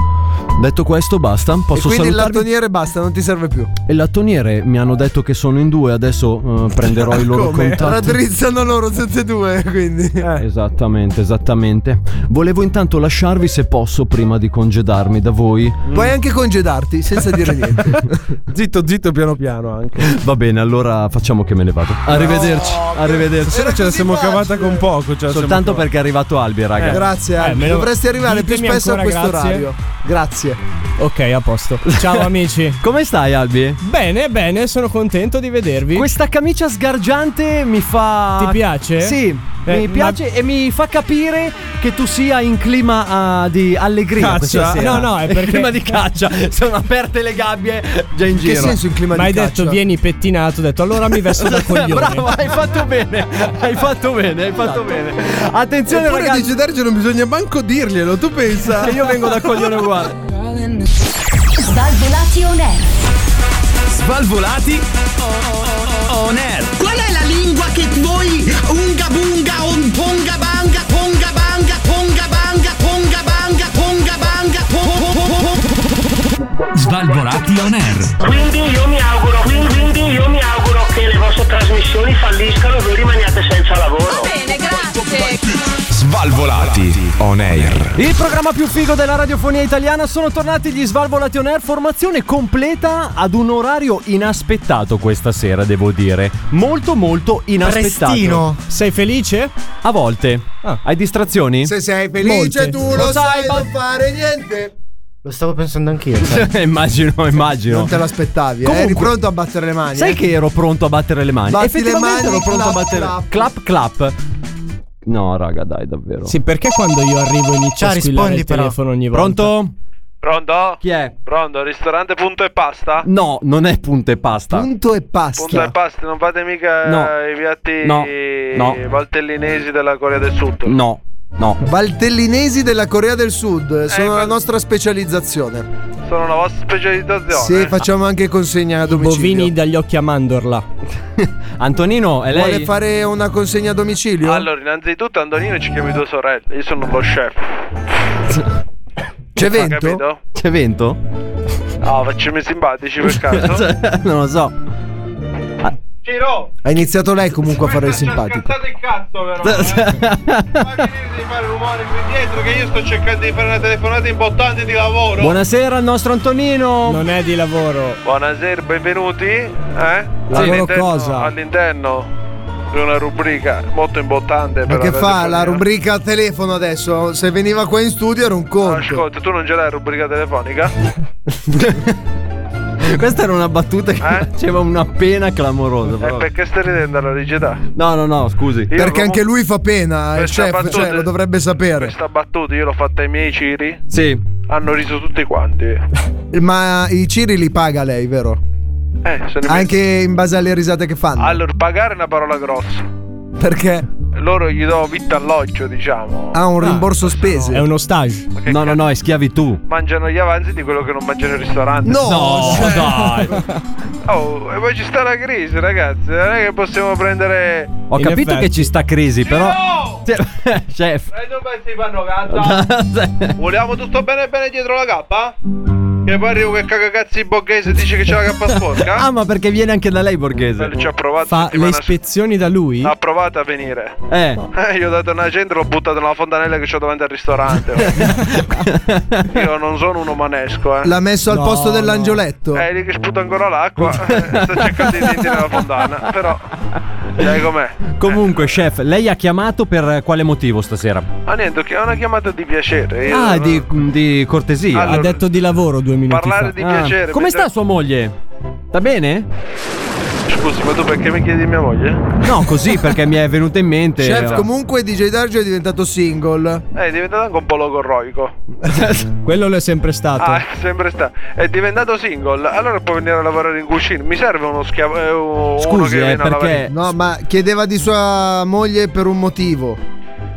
S3: Detto questo, basta.
S5: e
S3: Posso
S5: quindi il
S3: salutarvi.
S5: lattoniere basta, non ti serve più.
S3: E lattoniere mi hanno detto che sono in due, adesso eh, prenderò i loro
S5: Come?
S3: contatti. Eh.
S5: Raddrizzano loro tutti e due, quindi.
S3: Esattamente, esattamente. Volevo intanto lasciarvi se posso prima di congedarmi da voi.
S5: Puoi anche congedarti senza dire niente.
S12: Zitto, zitto, piano piano anche.
S5: Eh,
S3: Va bene, allora facciamo che me ne vado. Arrivederci, arrivederci.
S12: Stasera ce la siamo cavata con poco. ce la siamo
S3: Soltanto perché è arrivato Albi, raga.
S5: Eh, grazie, Albi. Dovresti arrivare più
S13: ditemi
S5: spesso a
S13: ancora
S5: questo
S13: grazie.
S5: orario. Grazie.
S13: Ok, a posto. Ciao amici.
S3: Come stai, Albi?
S13: Bene, bene, sono contento di vedervi.
S3: Questa camicia sgargiante mi fa.
S13: Ti piace?
S3: Sì,
S13: Eh,
S3: mi piace e mi fa capire che tu sia in clima ah, di allegria
S13: Caccia?
S3: questa sera.
S13: No, no, è
S3: In
S13: perché-
S3: clima di caccia. Sono aperte le gabbie già in giro.
S13: Ma hai detto vieni pettinato, ho detto allora mi vesto da coglione.
S3: Bravo, hai fatto bene. Hai fatto bene, hai fatto bene. Attenzione
S12: Eppure
S3: ragazzi.
S12: dice Darge non bisogna manco dirglielo, tu pensa?
S3: Che io vengo da coglione uguale.
S1: Svalvolati on air.
S14: Svalvolati on air.
S11: Qual è la lingua che voi unga bunga on ponga banga ponga banga ponga banga ponga banga ponga banga po- po- po- po- po-
S14: Svalvolati on air.
S8: Quindi io mi auguro, quindi, quindi io mi auguro che le vostre trasmissioni falliscano e voi rimaniate senza lavoro.
S15: Svalvolati on air.
S3: Il programma più figo della radiofonia italiana sono tornati gli Svalvolati on Air, formazione completa ad un orario inaspettato questa sera, devo dire. Molto molto inaspettato.
S13: Prestino.
S3: Sei felice? A volte. Hai distrazioni?
S5: Ah. Se sei
S3: Molte.
S5: felice, tu lo,
S3: Lo
S5: sai, non fare niente.
S16: Lo stavo pensando anch'io.
S3: immagino, immagino.
S5: Non te l'aspettavi, eh? Eri
S3: Comunque-
S5: pronto a battere le mani.
S3: Sai
S5: eh?
S3: che ero pronto a battere le mani?
S5: Batti le
S3: Effettivamente
S5: mani,
S3: ero pronto a
S5: clap,
S3: battere. Clap clap. No, raga, dai, davvero.
S13: Sì, perché quando io arrivo inizio a
S3: Ciao,
S13: squillare
S3: rispondi
S13: il
S3: però.
S13: telefono ogni volta?
S3: Pronto?
S2: Pronto?
S3: Chi è?
S2: Pronto, ristorante punto e pasta?
S3: No, non è punto e pasta.
S5: Punto e pasta.
S2: Punto e pasta, non fate mica
S3: No.
S2: i piatti
S3: No. No.
S2: valtellinesi della Corea del Sud.
S3: No, no.
S5: Valtellinesi della Corea del Sud
S2: Eh,
S5: sono la nostra specializzazione.
S2: Sono una vostra specializzazione.
S5: Sì, facciamo anche consegna a domicilio.
S13: Bovini dagli occhi a mandorla.
S3: Antonino, è
S5: Vuole fare una consegna a domicilio?
S2: Allora, innanzitutto Antonino ci chiami due sorelle, io sono lo chef.
S5: C'è
S2: Ho
S5: vento?
S2: capito?
S3: C'è vento?
S2: No, facciamo i simpatici per caso.
S3: Cioè, non lo so.
S2: Ciro!
S5: Ha iniziato lei comunque a fare il simpatico.
S2: Cazzate il cazzo però! Ma finite di fare rumore qui dietro che io sto cercando di fare una telefonata importante di lavoro!
S3: Buonasera al nostro Antonino.
S13: Non è di lavoro.
S2: Buonasera, benvenuti. Eh?
S5: Ah.
S13: Lavoro
S2: All'interno-
S13: cosa?
S2: All'interno di una rubrica molto importante.
S5: Ma
S2: per
S5: che
S2: la
S5: fa la
S2: telefonia.
S5: rubrica a telefono adesso? Se veniva qua in studio era un conto.
S2: Ascolta, tu non ce l'hai la rubrica telefonica?
S3: Questa era una battuta che faceva una pena clamorosa.
S2: E
S3: però.
S2: Eh? perché stai ridendo alla rigidità?
S3: No, no, no, scusi.
S5: Perché anche lui fa pena, il
S2: Questa
S5: chef,
S2: battuta-
S5: cioè, lo dovrebbe sapere.
S2: Questa battuta io l'ho fatta ai miei ciri.
S3: Sì.
S2: Hanno riso tutti quanti. Eh,
S5: Ma i Ciri li paga lei, vero?
S2: se ne
S5: Anche in base alle risate che fanno.
S2: Allora, pagare è una parola grossa.
S5: Perché
S2: Loro gli do vitto alloggio, diciamo.
S5: ha un rimborso spese. Ah, È
S13: uno stage.
S3: No, no, no, è schiavitù.
S2: Mangiano gli avanzi di quello che non mangiano il ristorante.
S5: No,
S3: No, dai.
S2: Oh, e poi ci sta la crisi, ragazzi. Non è che possiamo prendere.
S3: Ho capito che ci sta crisi, però. Cioè, Chef.
S2: E tu pensi di fanno cazzo? Vogliamo tutto bene bene dietro la cappa? Che poi arrivo che cagacazzi borghese dice che c'è la cappa sporca?
S3: Ah, ma perché viene anche da lei, Borghese?
S2: Ci ha provato
S13: Fa le
S2: settimana
S13: ispezioni da lui?
S2: scorsa, Ha provato a venire.
S3: Eh.
S2: Eh, io ho dato una centro, l'ho buttato nella fontanella che c'ho davanti al ristorante. io non sono un omanesco, eh.
S5: L'ha messo al posto dell'angioletto.
S2: Eh, lì che sputa ancora l'acqua. eh, Sto cercando di sentire la fontana. Però. Sai com'è?
S3: Comunque, chef, lei ha chiamato per eh, quale motivo stasera?
S2: Ma niente, è una chiamata di piacere. Io
S3: Ah,
S2: non-
S3: di, di cortesia.
S2: Allora, Ha detto
S13: di lavoro due minuti
S2: parlare fa. di piacere,
S3: Ah. Come
S2: mentre-
S3: sta sua moglie? Sta bene?
S2: Scusi, ma tu perché mi chiedi mia moglie?
S3: No, così perché mi è venuto in mente.
S5: Chef, comunque DJ Darge è diventato single.
S2: Eh, è diventato anche un po' logorroico.
S13: Quello lo è sempre stato.
S2: Ah, sempre sta. È diventato single. Allora può venire a lavorare in cucina. Mi serve uno schiavo. eh, uno che viene
S3: eh,
S2: a lavorare-
S5: No, ma chiedeva di sua moglie per un motivo.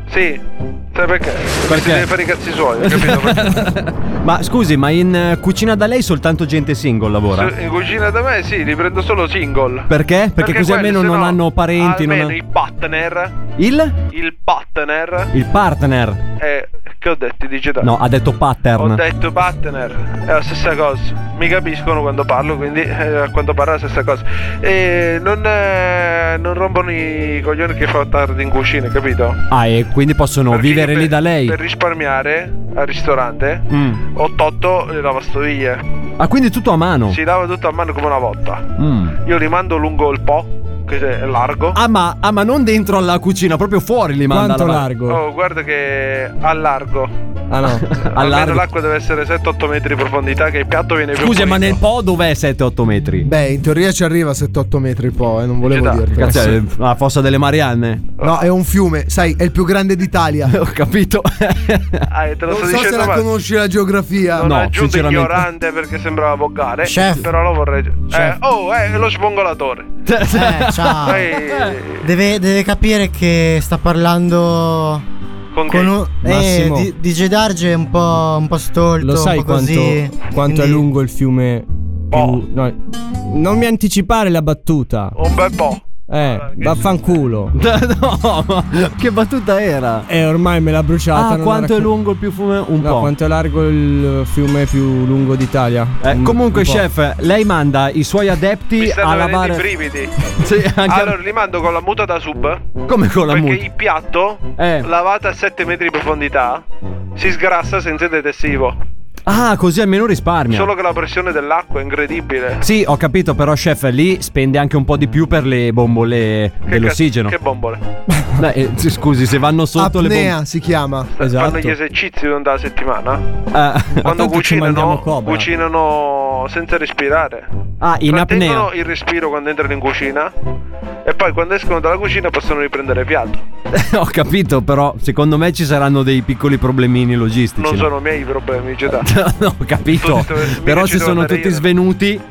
S2: Sì. Sai perché? Perché? Si deve fare i cazzi suoi, capito?
S3: Ma scusi, ma in eh, cucina da lei soltanto gente single lavora?
S2: Perché in cucina da me sì, li prendo solo single.
S3: Perché? Perché, così
S2: quelli,
S3: almeno
S2: se
S3: non
S2: no,
S3: hanno parenti. non
S2: Almeno
S3: ha-
S2: il partner.
S3: Il?
S2: Il partner.
S3: Il partner.
S2: È Che ho detto digitale?
S3: No, ha detto
S2: Ho
S3: pattern.
S2: detto partner, è la stessa cosa. Mi capiscono quando parlo, quindi eh, quando parlo è la stessa cosa. E non, eh, non rompono i coglioni che fa tardi in cucina, capito?
S3: Ah, e quindi possono vivere lì da lei.
S2: Per risparmiare al ristorante
S3: Mm.
S2: ho tolto le lavastoviglie.
S3: Ah, quindi tutto a mano.
S2: Si lava tutto a mano come una volta.
S3: Mm.
S2: Io li mando lungo il po', che è largo.
S3: Ah, ma, ah, ma non dentro alla cucina, proprio fuori li manda. la-
S2: Oh, guarda che a largo.
S3: Ah, no.
S2: Almeno
S3: largo.
S2: l'acqua deve essere 7-8 metri di profondità, che il piatto viene più
S3: Scusa, ma
S2: pulito.
S3: nel po' dov'è 7-8 metri?
S5: Beh, in teoria ci arriva a 7-8 metri poi, non volevo
S3: Cazzo,
S5: dirti.
S3: è eh, la fossa delle Marianne.
S5: No, è un fiume, sai, è il più grande d'Italia.
S3: Ho capito.
S2: Ah, e te lo
S5: non
S2: sto
S5: so se
S2: dicendo,
S5: la
S2: ma-
S5: conosci la geografia.
S2: Non ho aggiunto ignorante perché sembrava boccare.
S5: Chef.
S2: Però lo vorrei. Eh,
S5: Chef.
S2: oh, eh, lo spongolatore.
S8: Eh, ciao.
S2: Ehi,
S8: Deve, deve capire che sta parlando
S2: Con
S11: chi?
S8: un- eh,
S11: Massimo.
S8: di, di Gedarge è un po', un po' stolto.
S11: Lo sai
S8: un po'
S11: quanto,
S8: così.
S11: quanto è
S8: Quindi-
S11: lungo il fiume? più- no, non mi anticipare la battuta.
S2: Un bel Ah, po'.
S11: Eh, vaffanculo.
S3: no, che battuta era?
S11: Eh, ormai me l'ha bruciata.
S3: Ah,
S11: non
S3: quanto
S11: la
S3: è
S11: raccon-
S3: lungo il più fiume? Un
S11: No,
S3: po'.
S11: quanto è largo il fiume più lungo d'Italia?
S3: Eh,
S11: Un-
S3: comunque,
S11: un po'.
S3: chef, lei manda i suoi
S2: mi
S3: adepti
S2: stanno
S3: a
S2: venendo i
S3: lavare.
S2: brividi.
S3: Sì, anche a-
S2: allora li mando con la muta da sub.
S3: Come con la
S2: perché
S3: muta?
S2: il piatto,
S3: Eh.
S2: lavato a 7 metri di profondità, si sgrassa senza detersivo.
S3: Ah, così almeno risparmia.
S2: Solo che la pressione dell'acqua è incredibile.
S3: Sì, ho capito, però, chef, lì spende anche un po' di più per le bombole
S2: Che
S3: dell'ossigeno.
S2: cazzo- Che bombole.
S3: Beh, eh, sì, scusi, se vanno sotto le Esatto.
S5: Apnea
S3: bombole.
S5: si chiama.
S2: Fanno gli esercizi durante la settimana.
S3: Ah,
S2: Quando
S3: tanto ci
S2: cucinano,
S3: mandiamo Cobra.
S2: cucinano senza respirare.
S3: Ah, in
S2: Trattengono
S3: apnea.
S2: il respiro quando entrano in cucina e poi quando escono dalla cucina possono riprendere piatto.
S3: ho capito, però, secondo me ci saranno dei piccoli problemini logistici.
S2: Non
S3: no?
S2: sono miei i problemi, Geta.
S3: no, ho capito.
S2: Tutti- mica
S3: Però
S2: ci
S3: si
S2: devo
S3: sono
S2: andare
S3: tutti
S2: io.
S3: svenuti.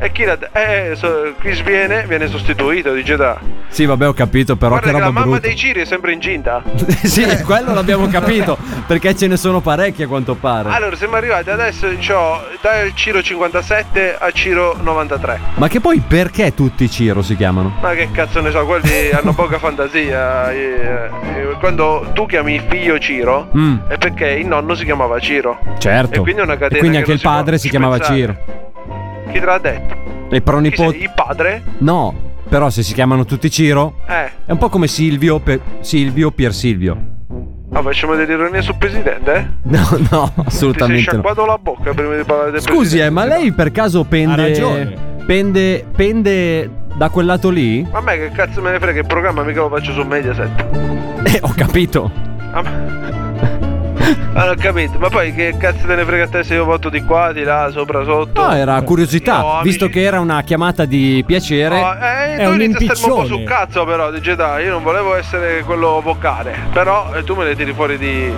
S2: E chi la. Eh, so- chi sviene viene sostituito di Geta.
S3: Sì, vabbè, ho capito, però
S2: Guarda che
S3: che
S2: la
S3: roba
S2: mamma Eh.
S3: brutta. Eh.
S2: dei Ciri è sempre incinta.
S3: sì, quello l'abbiamo capito, perché ce ne sono parecchie a quanto pare.
S2: Allora, siamo arrivati adesso c'ho dal Ciro 57 a Ciro 93.
S3: Ma che poi perché tutti Ciro si chiamano?
S2: Ma che cazzo ne so, quelli hanno poca fantasia. eh, eh, Quando tu chiami il figlio Ciro,
S3: Mm.
S2: è perché il nonno si chiamava Ciro. E
S3: Certo.
S2: quindi è una catena.
S3: E quindi
S2: che non
S3: anche il padre
S2: può
S3: si chiamava
S2: spezzare.
S3: Ciro.
S2: Chi te l'ha detto?
S3: E
S2: Chi sei?
S3: pronipote.
S2: Il padre?
S3: No, però se si chiamano tutti Ciro,
S2: Eh.
S3: è un po' come Silvio, Pe- Silvio, Pier Silvio.
S2: Ma facciamo delle ironie sul presidente? Eh?
S3: No, no,
S2: Ti sei
S3: assolutamente no.
S2: sciacquato la bocca prima di parlare del
S3: Scusi,
S2: presidente.
S3: eh, ma lei per caso
S2: Ha
S3: pende.
S2: ragione.
S3: Pende. Pende da quel lato lì?
S2: Ma a me che cazzo me ne frega il programma, mica lo faccio su Mediaset.
S3: Eh, ho capito.
S2: Ah, ma- Ah, non ho capito, ma poi che cazzo te ne frega a te se io voto di qua, di là, sopra, sotto?
S3: No, era curiosità,
S2: Io ho amici-
S3: visto che era una chiamata di piacere.
S2: No, eh, tu inizi a starmi un po' sul cazzo però, di Jedi. Io non volevo essere quello vocale, però eh, tu me le tiri fuori di,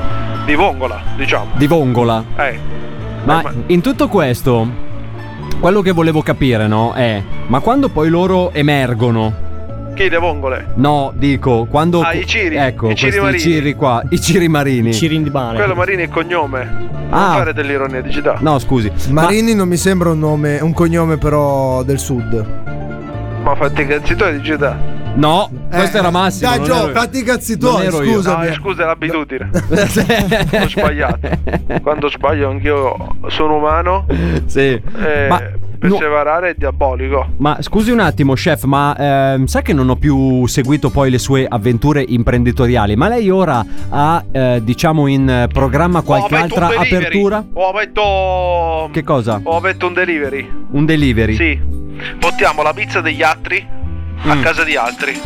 S2: di vongola, diciamo.
S3: Di vongola.
S2: Eh,
S3: Ma in tutto questo, quello che volevo capire, no? È, ma quando poi loro emergono?
S2: chi le vongole?
S3: No, dico, quando...
S2: Ah, i ciri,
S3: Ecco,
S2: i ciri
S3: questi
S2: marini.
S3: ciri qua, i ciri marini.
S11: di mare.
S2: Quello Marini è il cognome. Non
S3: Ah.
S2: fare dell'ironia di Jedi.
S3: No, scusi.
S5: Marini non mi sembra un nome, un cognome però del sud.
S2: Ma fatti i cazzi tuoi di Jedi.
S3: No, questo era Massimo.
S5: Eh, Dai,
S3: non
S5: Gio,
S3: ero io.
S5: fatti i cazzi
S3: Non
S5: tuoi,
S3: ero io.
S5: scusami.
S2: No, eh, scusa, è l'abitudine. Ho sbagliato. Quando sbaglio anch'io sono umano.
S3: Sì.
S2: Eh,
S3: Ma-
S2: perseverare è diabolico.
S3: Ma scusi un attimo, chef, ma ehm, sa che non ho più seguito poi le sue avventure imprenditoriali, ma lei ora ha, eh, diciamo, in eh, programma qualche
S2: Ho aperto
S3: altra
S2: un delivery.
S3: apertura?
S2: Ho aperto...
S3: Che cosa?
S2: Ho aperto un delivery.
S3: Un delivery?
S2: Sì. Portiamo la pizza degli altri a
S3: Mm.
S2: casa di altri.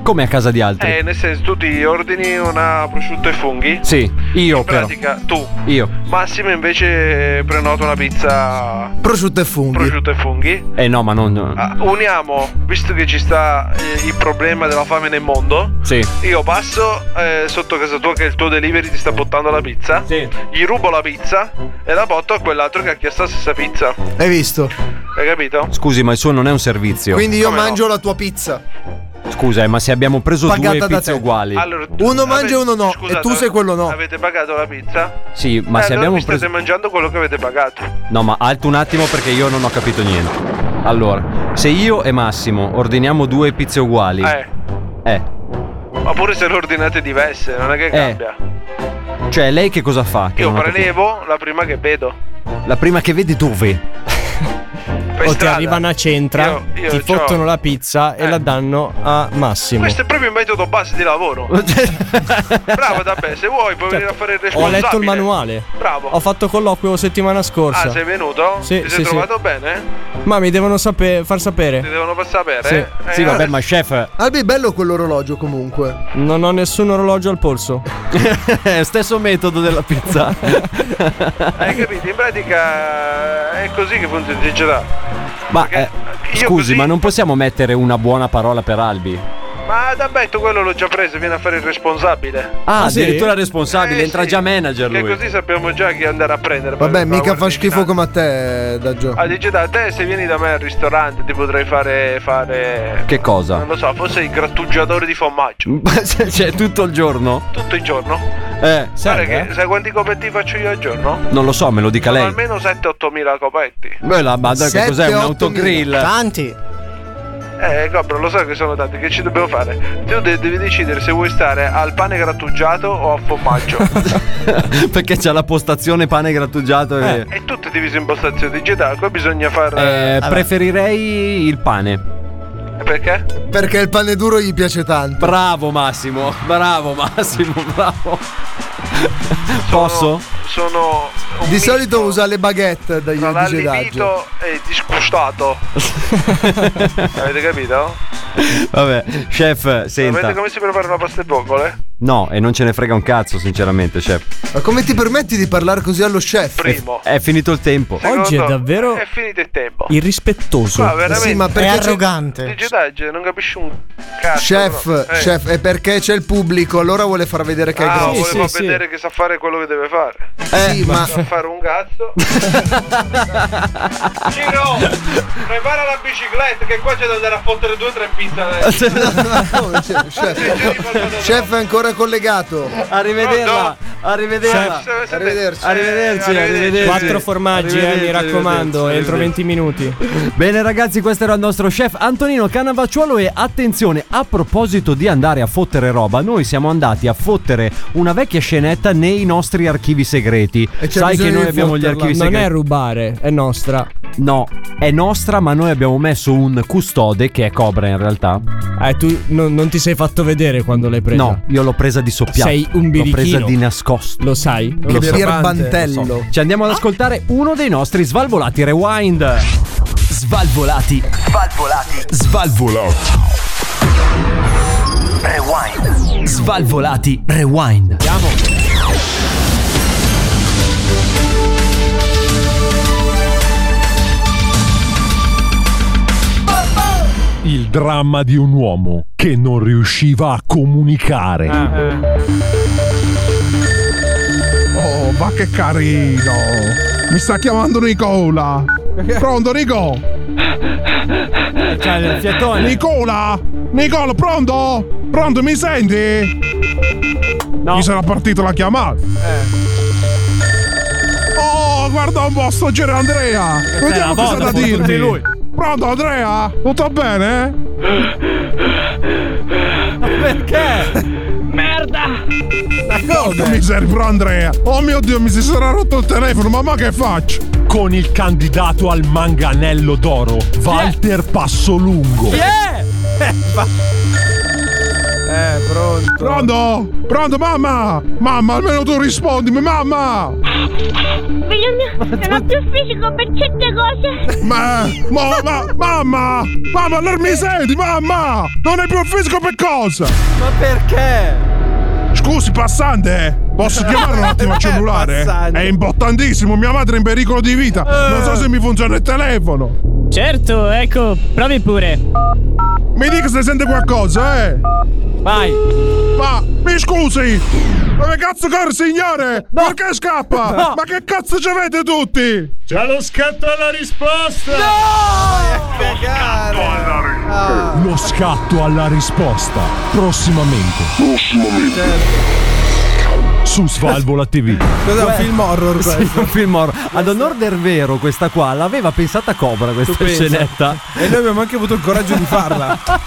S3: Come a casa di altri?
S2: Eh, nel senso, tu ti ordini una prosciutto e funghi.
S3: Sì, io
S2: In
S3: però.
S2: pratica, tu.
S3: Io.
S2: Massimo invece prenota una pizza
S5: Prosciutto e funghi.
S2: prosciutto e funghi.
S3: Eh no, ma non...
S2: Ah, Uniamo, visto che ci sta eh, il problema della fame nel mondo,
S3: Sì.
S2: io passo eh, sotto casa tua che il tuo delivery ti sta portando la pizza, gli rubo la pizza e la botto a quell'altro che ha chiesto la stessa pizza.
S5: Hai visto?
S2: Hai capito?
S3: Scusi, ma il suo non è un servizio.
S5: Quindi io
S2: Come no?
S5: mangio la tua pizza.
S3: Scusa, eh, ma se abbiamo preso
S5: Pagata
S3: due
S5: da
S3: pizze
S5: te.
S3: uguali.
S2: Allora,
S5: Uno mangia e uno no,
S2: scusate,
S5: e tu sei quello no.
S2: Avete pagato la pizza?
S3: Sì, ma
S2: Eh,
S3: se
S2: allora
S3: abbiamo
S2: mi state
S3: preso...
S2: mangiando quello che avete pagato.
S3: No, ma alto un attimo perché io non ho capito niente. Allora, se io e Massimo ordiniamo due pizze uguali...
S2: Eh,
S3: Eh.
S2: ma pure se le ordinate diverse, non è che
S3: Eh.
S2: cambia.
S3: Cioè, lei che cosa fa? Che
S2: Io
S3: non ho capito.
S2: prelevo la prima che vedo.
S3: La prima che vede dove?
S11: o ti arrivano a centra,
S2: Io- io
S11: ti
S2: c'ho-
S11: fottono la pizza e la danno a Massimo.
S2: Questo è proprio il metodo base di lavoro. Bravo, vabbè, se vuoi puoi venire a fare il
S11: Certo. Ho
S2: responsabile.
S11: letto il manuale.
S2: Bravo.
S11: Ho fatto colloquio settimana scorsa.
S2: Ah, sei venuto?
S11: Sì,
S2: Ti
S11: sì,
S2: sei
S11: sì.
S2: trovato bene?
S11: Ma mi devono sape- far
S2: Ti
S11: sapere.
S2: devono far sapere?
S11: Sì.
S2: Eh,
S11: Sì, vabbè, ma
S3: chef.
S5: Albi è bello quell'orologio comunque.
S11: Non ho nessun orologio al polso.
S3: Stesso metodo della pizza.
S2: Hai capito? In pratica eh, è così che funziona il digitale.
S3: Ma eh, scusi, ma non possiamo mettere una buona parola per Albi?
S2: Ma vabbè, tu quello l'ho già preso, viene a fare il responsabile.
S3: Ah, addirittura responsabile, entra già manager
S2: Eh, Che
S3: lui.
S2: così sappiamo già chi andare a prendere.
S5: Vabbè,
S2: Ma- ma
S5: mica
S2: guarda,
S5: fa schifo come a te, eh, Daggio.
S2: Ah, dice da te se vieni da me al ristorante ti potrei fare. fare.
S3: Che cosa?
S2: Non lo so, forse il grattugiatore di formaggio.
S3: cioè, tutto il giorno?
S2: Tutto il giorno.
S3: Eh,
S2: Guarda
S3: serve,
S2: che-
S3: eh?
S2: sai quanti copetti faccio io al giorno?
S3: Non lo so, me lo dica lei.
S2: Almeno 7-8 mila copetti.
S3: Beh, la bada che cos'è? Un autogrill.
S2: Tanti. Eh, Cobra, lo so che sono tanti, che ci dobbiamo fare? Tu de- devi decidere se vuoi stare al pane grattugiato o a formaggio.
S3: Perché c'è la postazione pane grattugiato e...
S2: È tutto diviso in postazione digitale, qua bisogna fare.
S3: Eh, preferirei il pane.
S2: Perché?
S5: Perché il pane duro gli piace tanto.
S3: Bravo Massimo, bravo Massimo, bravo. Posso?
S2: Sono.
S5: Di solito usa le baguette dagli
S2: Tra
S5: dice Daggio.
S2: allibito e disgustato. Avete capito?
S3: Vabbè, chef,
S2: Sapete
S3: senta.
S2: come si prepara una pasta e vongole?
S3: No, e non ce ne frega un cazzo, sinceramente, chef.
S5: Ma come ti permetti di parlare così allo chef?
S2: Primo.
S3: È finito il tempo.
S2: Secondo,
S11: davvero
S2: È finito il tempo.
S11: irrispettoso.
S2: Qua veramente.
S5: perché c'è-
S2: Dice Daggio, non capisci un cazzo.
S5: Chef,
S2: però. Eh.
S5: chef, è perché c'è il pubblico, allora vuole far vedere che
S2: Ah,
S5: è grosso.
S2: volevo vedere che sa fare quello che deve fare.
S5: Sì, ma-
S2: sa fare un cazzo. Ciro, prepara la bicicletta che qua c'è da andare a fottere due o tre pizze adesso. Cioè,
S5: chef, chef è ancora collegato.
S3: Arrivederla, arrivederla.
S5: Arrivederci.
S3: Arrivederci, arrivederci.
S11: Quattro formaggi, eh, mi
S3: Arrivederci,
S11: raccomando,
S3: arrivederci,
S11: entro 20 minuti.
S3: Bene ragazzi, questo era il nostro chef Antonino Cannavacciuolo e attenzione, a proposito di andare a fottere roba, noi siamo andati a fottere una vecchia scenetta nei nostri archivi segreti. Sai che noi abbiamo gli archivi
S11: Non
S3: segreti.
S11: è rubare, è nostra.
S3: No, è nostra, ma noi abbiamo messo un custode che è Cobra in realtà.
S11: Eh, tu non, non ti sei fatto vedere quando l'hai presa.
S3: No, io l'ho presa di soppiatto.
S11: Sei un
S3: L'ho
S11: birichino.
S3: presa di nascosto.
S11: Lo Ah! sai?
S3: Lo so. Lo so. Ci andiamo ad ascoltare uno dei nostri svalvolati rewind. Svalvolati. Svalvolati. Svalvolati. Rewind. Svalvolati. Rewind. Andiamo.
S17: Il dramma di un uomo che non riusciva a comunicare.
S18: Oh, ma che carino! Mi sta chiamando Nicola! Pronto, Nico?
S11: C'hai il fiatone.
S18: Nicola! Nicola, Ah, pronto? Pronto, mi senti? Mi sarà partita la chiamata. Oh, guarda un po', sto girando Andrea! Vediamo cosa da dirmi. Pronto, Andrea? Tutto bene?
S11: Perché?
S18: Merda! Porca miseria, però Andrea! Oh mio Dio, mi si sarà rotto il telefono, ma ma che faccio?
S17: Con il candidato al manganello d'oro,
S3: Eh,
S17: Walter Passolungo.
S18: Eh, pronto. Pronto? Pronto, mamma? Mamma, almeno tu rispondimi, mamma!
S19: Figlio mio, non ho più fisico per certe cose.
S18: Ma, ma, ma, mamma! Mamma, non mi senti, mamma! Non hai più fisico per cosa? Ma perché? Scusi, passante! eh.
S2: Eh.
S18: Posso chiamare un attimo il cellulare? È importantissimo, mia madre è in pericolo di vita! Non
S2: Eh.
S18: so se mi funziona il telefono!
S20: Certo, ecco, provi pure.
S18: Mi dica se sente qualcosa, eh!
S20: Vai.
S18: Ma, mi scusi! Come cazzo corre, signore? Perché scappa?
S21: No.
S18: Ma che cazzo ci avete tutti?
S21: C'è lo scatto alla risposta!
S17: Lo scatto alla risposta. Prossimamente. Prossimamente. Su Svalvola TV.
S22: Cos'è un
S3: Beh,
S22: film horror
S3: sì,
S22: questo?
S3: un film horror. Ad onor del vero, questa qua l'aveva pensata Cobra, questa
S22: Tu pensa.
S3: scenetta.
S22: E noi abbiamo anche avuto il coraggio di farla. e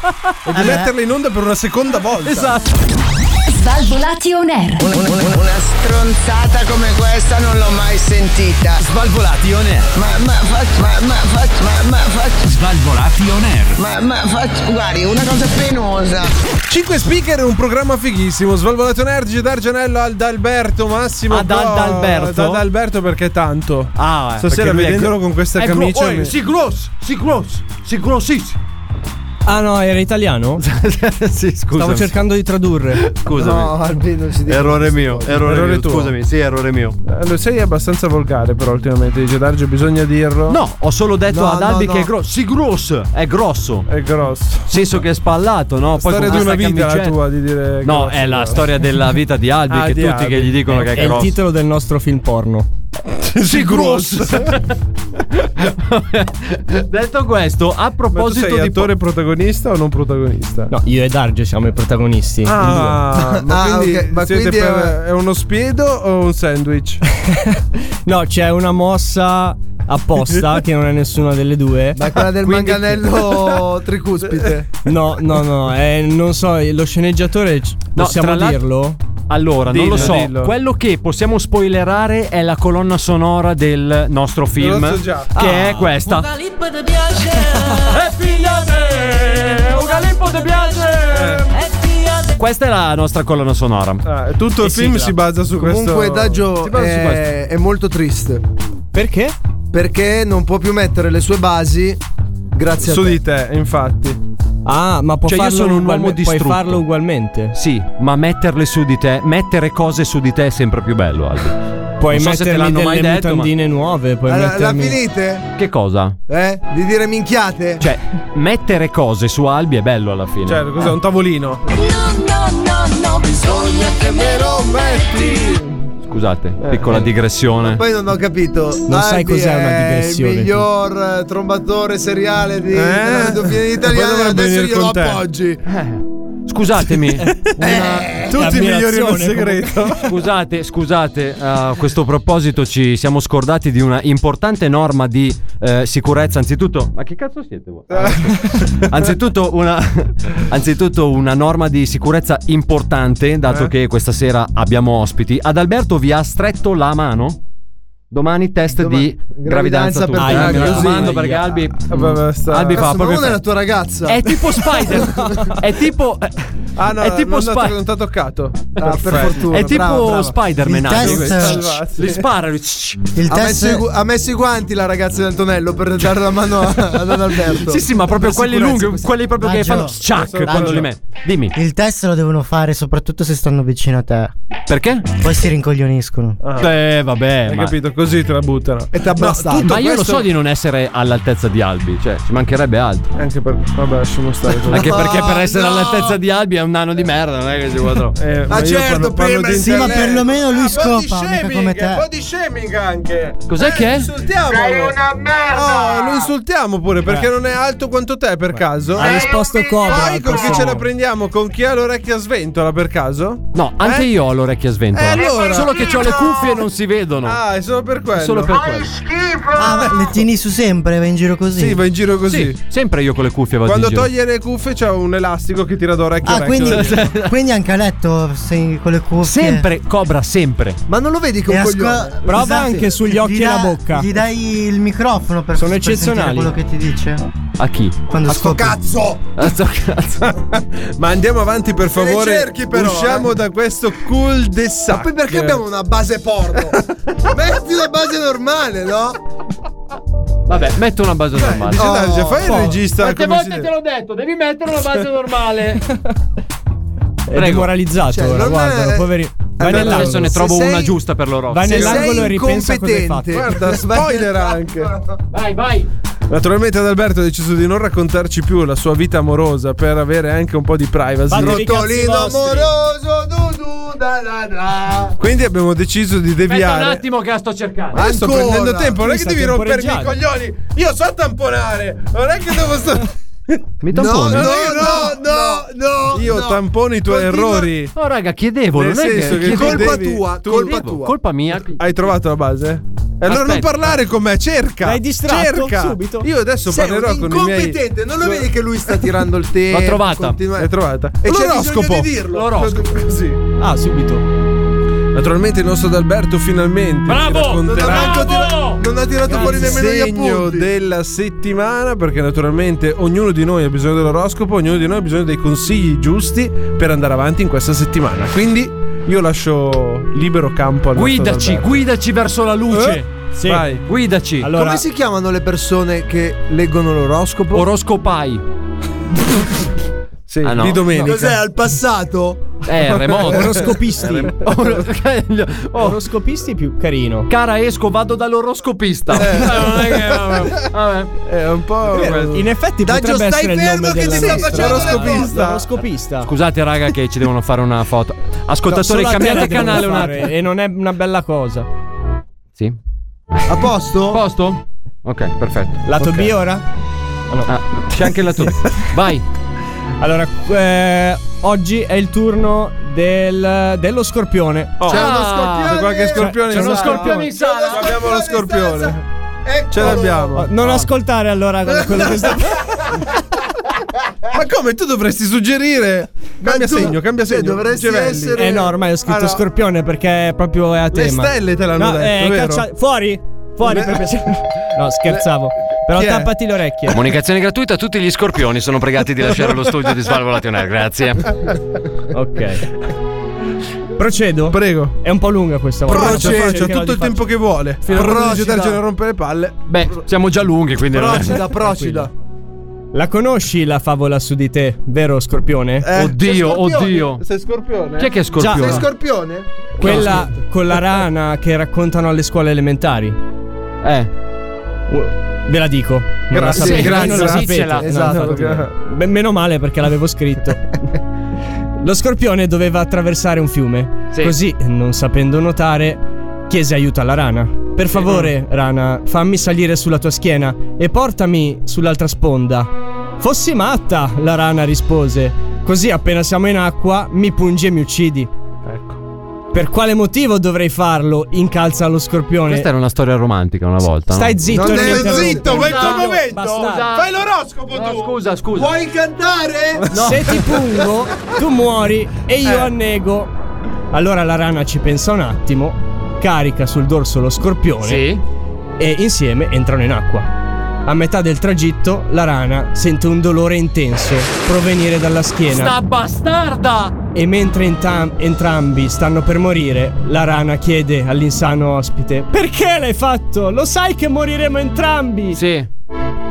S22: di
S3: Eh beh.
S22: metterla in onda per una seconda volta.
S3: Esatto.
S1: Svalvolati on air.
S23: Una stronzata come questa non l'ho mai sentita.
S9: Svalvolati on air.
S23: Ma ma fac- ma ma fac- ma ma fac-
S9: Svalvolati on air.
S23: ma ma fac- guardi, una cosa penosa.
S2: 5 speaker, un programma fighissimo. Svalvolato Energico, D'Argianello, Adalberto, Massimo.
S3: Ad Adalberto?
S2: Ad Adalberto perché tanto.
S3: Ah, eh,
S2: Stasera
S3: perché lui è
S2: vedendolo
S3: gro-
S2: con questa
S3: è gro-
S2: camicia.
S3: oh,
S2: mi-
S3: sì,
S11: grosso, si grosso, si grossissimo. Ah no, era italiano?
S24: sì, scusa.
S11: Stavo cercando di tradurre.
S24: Scusami.
S5: No, almeno si dice.
S24: Errore mio, errore,
S2: Errore
S24: mio.
S2: tuo.
S24: Scusami, sì, errore mio.
S2: Eh, Lo sei abbastanza volgare, però, ultimamente. Dice Dargio, bisogna dirlo.
S24: No,
S3: ho solo detto ad Albi che è grosso. Si grosso, è grosso.
S2: È grosso.
S3: Senso che è spallato, no? Poi
S2: Storia
S3: con
S2: di una
S3: questa
S2: vita la
S3: camicetta-
S2: tua di dire.
S3: No,
S2: grosso,
S3: è la
S2: grosso.
S3: storia della vita di Albi
S2: Ah,
S3: che
S2: di
S3: tutti
S2: Albi.
S3: che gli dicono che è,
S11: È il
S3: grosso.
S11: titolo del nostro film porno.
S3: Sì, grosso. Detto questo, a
S2: Ma tu
S3: proposito
S2: sei
S3: di
S2: attore protagonista o non protagonista?
S11: No, io e Darge siamo i protagonisti.
S2: Ah,
S11: i due.
S2: ma quindi, siete
S11: quindi
S2: per-
S11: è-
S2: è... uno spiedo o un sandwich?
S11: No, c'è una mossa apposta che non è nessuna delle due.
S2: Ah,
S5: Ma è quella del
S11: Quindi-
S5: manganello tricuspite.
S11: No, no, no, eh, non so, lo sceneggiatore c-
S3: No,
S11: possiamo
S3: tra l'altro-
S11: dirlo?
S3: Allora, non
S11: Dillo,
S3: lo so.
S11: dillo.
S3: Quello che possiamo spoilerare è la colonna sonora del nostro film.
S11: Lo so già.
S3: Che è
S11: Ah.
S3: questa.
S25: Galippo ti piace E pigliate Un galippo ti piace E pigliate
S3: Questa è la nostra colonna sonora.
S2: Eh. Ah,
S11: Eh
S2: tutto il
S3: Sì,
S2: film
S3: sigla.
S2: si basa su questo.
S5: Comunque, Daggio eh,
S2: si basa su questo.
S5: è, è molto triste.
S11: Perché?
S5: Perché non può più mettere le sue basi grazie
S2: Su
S5: a te.
S2: di te, infatti.
S11: Ah, ma può
S3: Cioè, io
S11: farlo
S3: sono un
S11: ugualme-
S3: uomo distrutto.
S11: Puoi farlo ugualmente.
S3: Sì, ma metterle su di te, mettere cose su di te è sempre più bello, Albi.
S11: Puoi
S3: non so se te
S11: mettermi
S3: l'hanno
S11: delle
S3: mai detto, ma-
S11: mutandine nuove, puoi
S5: Allora, la
S11: mettermi...
S5: finite?
S3: Che cosa?
S5: Eh? Di dire minchiate?
S3: Cioè, mettere cose su Albi è bello alla fine.
S2: Cioè, cos'è? Un tavolino.
S25: No, no, no Bisogna che me lo metti
S3: Scusate, piccola digressione.
S5: Poi non ho capito.
S3: Non sai
S5: Albi
S3: cos'è una
S5: è
S3: digressione,
S5: Il
S3: tu.
S5: miglior eh, trombatore seriale di
S3: Eh?
S5: della radiofonia italiana.
S3: Poi
S5: e
S3: dovrebbe
S5: Adesso
S3: venire
S5: glielo
S3: con te.
S5: appoggi.
S3: Scusatemi.
S2: Tutti i migliori nel segreto.
S3: Scusate, scusate, a questo proposito ci siamo scordati di una importante norma di eh, sicurezza. Anzitutto, ma che cazzo siete voi?
S2: Eh.
S3: anzitutto, una, anzitutto una norma di sicurezza importante, dato
S24: Eh?
S3: che questa sera abbiamo ospiti. Ad Alberto vi ha stretto la mano? Domani test di
S5: gravidanza
S3: gravidanza,
S5: per
S3: totale.
S5: Albi.
S3: Mi raccomando
S5: Aia.
S3: perché Albi,
S2: vabbè, sta-
S3: Albi fa
S5: Cazzo, ma
S3: proprio
S5: non è la tua ragazza.
S3: È tipo Spider. è tipo.
S2: Ah, no,
S3: è tipo
S2: non,
S3: Spi-
S2: non t'ha toccato.
S5: Ah, per
S3: Perfetto.
S5: fortuna.
S3: È tipo
S5: bravo, bravo.
S3: Spider-Man.
S5: Il
S3: Albi.
S5: test-
S3: Li spara. lui.
S5: Il ha,
S3: test-
S5: messo i, gu- ha messo i guanti la ragazza di Antonello per dare la mano a- ad Alberto.
S3: Sì, sì, ma proprio
S5: Per
S3: quelli
S5: sicurezza,
S3: lunghi,
S5: questo-
S3: quelli proprio che
S7: Maggio.
S3: fanno ciac quando li metti. Dimmi.
S7: Il test lo devono fare soprattutto se stanno vicino a te.
S3: Perché?
S7: Poi si rincoglioniscono.
S5: Ah.
S3: Eh, vabbè.
S2: Hai
S3: ma...
S2: capito? Così te la buttano. E ti
S3: No, tutto ma io lo so di non essere all'altezza di Albi, cioè ci mancherebbe altro.
S2: Anche, per... Vabbè, lasciamo stare.
S3: Anche perché per essere all'altezza di Albi è un nano di merda, non è che si può trovare.
S2: Eh, ma Ah, io certo, parlo- parlo prima di
S7: Sì, ma perlomeno
S5: Ah,
S7: lui scopa, mica come te.
S2: Body shaming anche.
S3: Cos'è
S2: Eh,
S3: che è?
S2: Insultiamo.
S3: Sei
S2: una merda. Ah,
S5: Ah.
S2: lo insultiamo pure perché non è alto quanto te per caso.
S11: Ha risposto Cobra.
S2: Poi con chi ce la prendiamo? Con chi ha l'orecchia sventola per caso?
S3: No, anche
S2: Eh?
S3: io ho l'orecchia sventola.
S2: Eh, allora.
S3: Solo che ho le cuffie e non si vedono.
S2: Ah, è solo per quello.
S3: Solo per quello.
S7: Ah, ma le tieni su sempre, va in giro così.
S2: Sì, va in giro così.
S3: Sì, sempre io con le cuffie vado
S2: Quando
S3: in giro.
S2: toglie le cuffie c'è un elastico che tira da orecchio a
S7: Ah, quindi,
S2: orecchio.
S7: quindi anche a letto sei con le cuffie.
S3: Sempre, Cobra, sempre.
S5: Ma non lo vedi che
S7: E
S5: un
S7: ascol-
S5: coglione?
S11: Prova
S7: Esatto.
S11: anche sugli occhi
S7: Gli
S11: e la
S7: dà-
S11: bocca.
S7: Gli dai il microfono per
S11: Sono
S7: per sentire
S11: eccezionali.
S7: quello che ti dice.
S3: A chi?
S7: Quando
S2: A sto
S7: scopri.
S2: cazzo!
S3: A sto cazzo.
S2: Ma andiamo avanti per
S5: le
S2: favore.
S5: cerchi, però,
S2: Usciamo
S5: eh.
S2: da questo cul de sac.
S5: Ma poi perché abbiamo una base porno? Metti una base normale, no?
S3: Vabbè, metto una base normale.
S2: Dice Darge, fai il
S3: Oh.
S2: regista.
S3: Quante
S2: come si
S3: volte
S2: deve.
S3: te l'ho detto? Devi mettere una base normale.
S11: È demoralizzato
S5: Cioè,
S11: ora,
S5: non è-
S11: guardalo, poveri. Vai
S3: Allora,
S11: nell'angolo.
S3: adesso ne trovo
S11: Se sei-
S3: una giusta per loro.
S11: Vai
S3: Se-
S11: nell'angolo e ripensa cosa hai fatto.
S5: incompetente.
S2: Guarda, spoiler anche.
S3: Vai, vai.
S2: Naturalmente Adalberto ha deciso di non raccontarci più la sua vita amorosa per avere anche un po' di privacy.
S11: Fateli
S5: Rotolino
S11: cazzi vostri.
S5: amoroso, du du da da da.
S2: Quindi abbiamo deciso di
S3: Aspetta un
S2: deviare.
S3: attimo che la sto cercando.
S2: Ma sto
S5: Ancora?
S2: prendendo tempo, non è
S5: Tu
S2: che
S5: stai
S2: devi rompermi i
S5: temporeggiando.
S2: coglioni. Io so tamponare, non è che devo sto...
S3: Mi
S5: No, no,
S3: tamponi?
S5: no, no, no,
S2: Io
S5: no.
S2: tampono i tuoi
S5: Continua-
S2: errori.
S3: Oh, raga, chiedevo.
S2: Nel
S3: non è
S2: senso che
S3: chiedevo.
S2: tu
S5: Colpa
S2: devi-
S5: tua,
S2: tu
S5: colpa
S2: devi-
S5: tua.
S3: Colpa mia.
S2: Hai trovato la base? E allora non
S5: Aspetta.
S2: parlare con me, cerca.
S5: L'hai distratto
S2: cerca.
S5: subito?
S2: Io adesso
S5: Sei
S2: parlerò
S5: un
S2: con i miei
S5: incompetente, non lo vedi che lui sta tirando il tempo,
S2: L'ho trovata.
S5: continua-
S2: L'hai trovata.
S5: E c'è
S2: L'oroscopo.
S5: bisogno di dirlo.
S2: L'oroscopo. Sì.
S11: Ah, subito.
S2: Naturalmente il nostro Adalberto finalmente
S5: Bravo!
S2: ci racconterà
S5: Non ha manco tira- non ha tirato fuori
S2: il
S5: nemmeno gli
S2: segno
S5: appunti.
S2: della settimana perché naturalmente ognuno di noi ha bisogno dell'oroscopo, ognuno di noi ha bisogno dei consigli giusti per andare avanti in questa settimana. Quindi io lascio libero campo al
S3: Guidaci, guidaci verso la luce.
S2: Eh?
S3: Sì.
S2: Vai.
S3: Guidaci.
S5: Come si chiamano le persone che leggono l'oroscopo?
S3: Oroscopai.
S2: Sì,
S3: Ah, no.
S2: di domenica.
S5: Cos'è al passato?
S3: Eh, remoto.
S5: Eh,
S11: Oroscopisti.
S3: Oro-
S11: Oh, Oroscopisti è più carino.
S3: Cara Esco, vado dall'oroscopista. Non è che- vabbè. Vabbè.
S2: Eh.
S3: Eh,
S2: È un po'.
S11: In effetti
S5: Daggio,
S11: potrebbe
S5: stai
S11: essere il nome
S5: fermo che ti
S11: della
S5: sta
S11: nostra-
S5: facendo la
S11: Oroscopista.
S5: foto.
S11: Oroscopista.
S3: Scusate, raga, che ci devono fare una foto. Ascoltatori,
S11: No, solo a te la
S3: cambiate
S11: devono
S3: canale un
S11: fare,
S3: attimo.
S11: E non è una bella cosa.
S3: Sì.
S5: A posto? A
S3: posto? Ok, perfetto.
S11: Lato
S3: Ok.
S11: B ora? Ah, no.
S3: c'è anche la tua. Vai.
S11: Allora, eh, oggi è il turno del- dello Oh. scorpione.
S2: C'è uno scorpione. C'è
S5: Cioè,
S2: qualche scorpione
S11: C'è
S2: in
S11: uno
S2: sala.
S11: scorpione in sala.
S2: Guardiamo lo scorpione. Ce l'abbiamo.
S11: Oh, Non ascoltare allora quello che sta
S2: Ma come tu dovresti suggerire? Cambia
S11: tu-
S2: segno, cambia
S11: cioè,
S2: segno.
S11: dovresti
S2: Gemelli.
S11: Eh no, ormai ho scritto scorpione perché proprio è a tema.
S2: stelle te l'hanno
S11: No,
S2: detto,
S11: eh,
S2: vero?
S11: caccia- Fuori! Fuori
S2: Le-
S11: per piacere. No, scherzavo. Però
S3: Chi è?
S11: tappati le orecchie.
S3: Comunicazione gratuita, tutti gli scorpioni sono pregati di lasciare lo studio di Svalvolationer, grazie.
S11: Ok. Procedo?
S2: Prego.
S11: È un po' lunga questa volta.
S2: Proceda,
S11: Cercherò
S2: proceda,
S11: di
S2: tutto il
S11: farci-
S2: tempo che vuole. Fino a quando dice terzo non rompe le palle.
S3: Beh, siamo già lunghi, quindi non è-
S2: Proceda, proceda.
S11: La conosci la favola su di te, vero scorpione?
S2: Eh,
S3: Oddio,
S2: sei scorpione?
S3: oddio.
S2: Sei scorpione?
S3: Chi è che è scorpione?
S11: Già.
S5: Sei scorpione?
S11: Quella con la rana che raccontano alle scuole elementari.
S3: Eh.
S11: Ve la dico. Non
S2: Grazie,
S11: la sapete,
S2: sì, grazie.
S11: non la sapete.
S2: Dicela.
S11: No,
S2: Esatto.
S11: infatti. Beh, meno male perché l'avevo scritto. Lo scorpione doveva attraversare un fiume. Così, non sapendo nuotare, chiese aiuto alla rana. Per favore, rana, fammi salire sulla tua schiena e portami sull'altra sponda. Fossi matta, la rana rispose. Così appena siamo in acqua mi pungi e mi uccidi. Per quale motivo dovrei farlo? Incalza lo scorpione.
S3: Questa era una storia romantica una volta.
S11: Stai
S3: no?
S11: zitto,
S3: Non
S11: non
S3: è-
S11: interrompere.
S3: zitto,
S11: Bastardo,
S3: vai il tuo momento.
S11: bastardo.
S3: Fai
S2: l'oroscopo
S3: tu. Scusa, scusa.
S5: Vuoi cantare?
S11: No. Se ti pungo, tu muori e io
S5: Eh.
S11: annego. Allora la rana ci pensa un attimo, carica sul dorso lo scorpione
S3: Sì.
S11: e insieme entrano in acqua. A metà del tragitto la rana sente un dolore intenso provenire dalla schiena.
S3: Sta bastarda!
S11: E mentre entam- entrambi stanno per morire, la rana chiede all'insano ospite: Perché l'hai fatto? Lo sai che moriremo entrambi?
S3: Sì.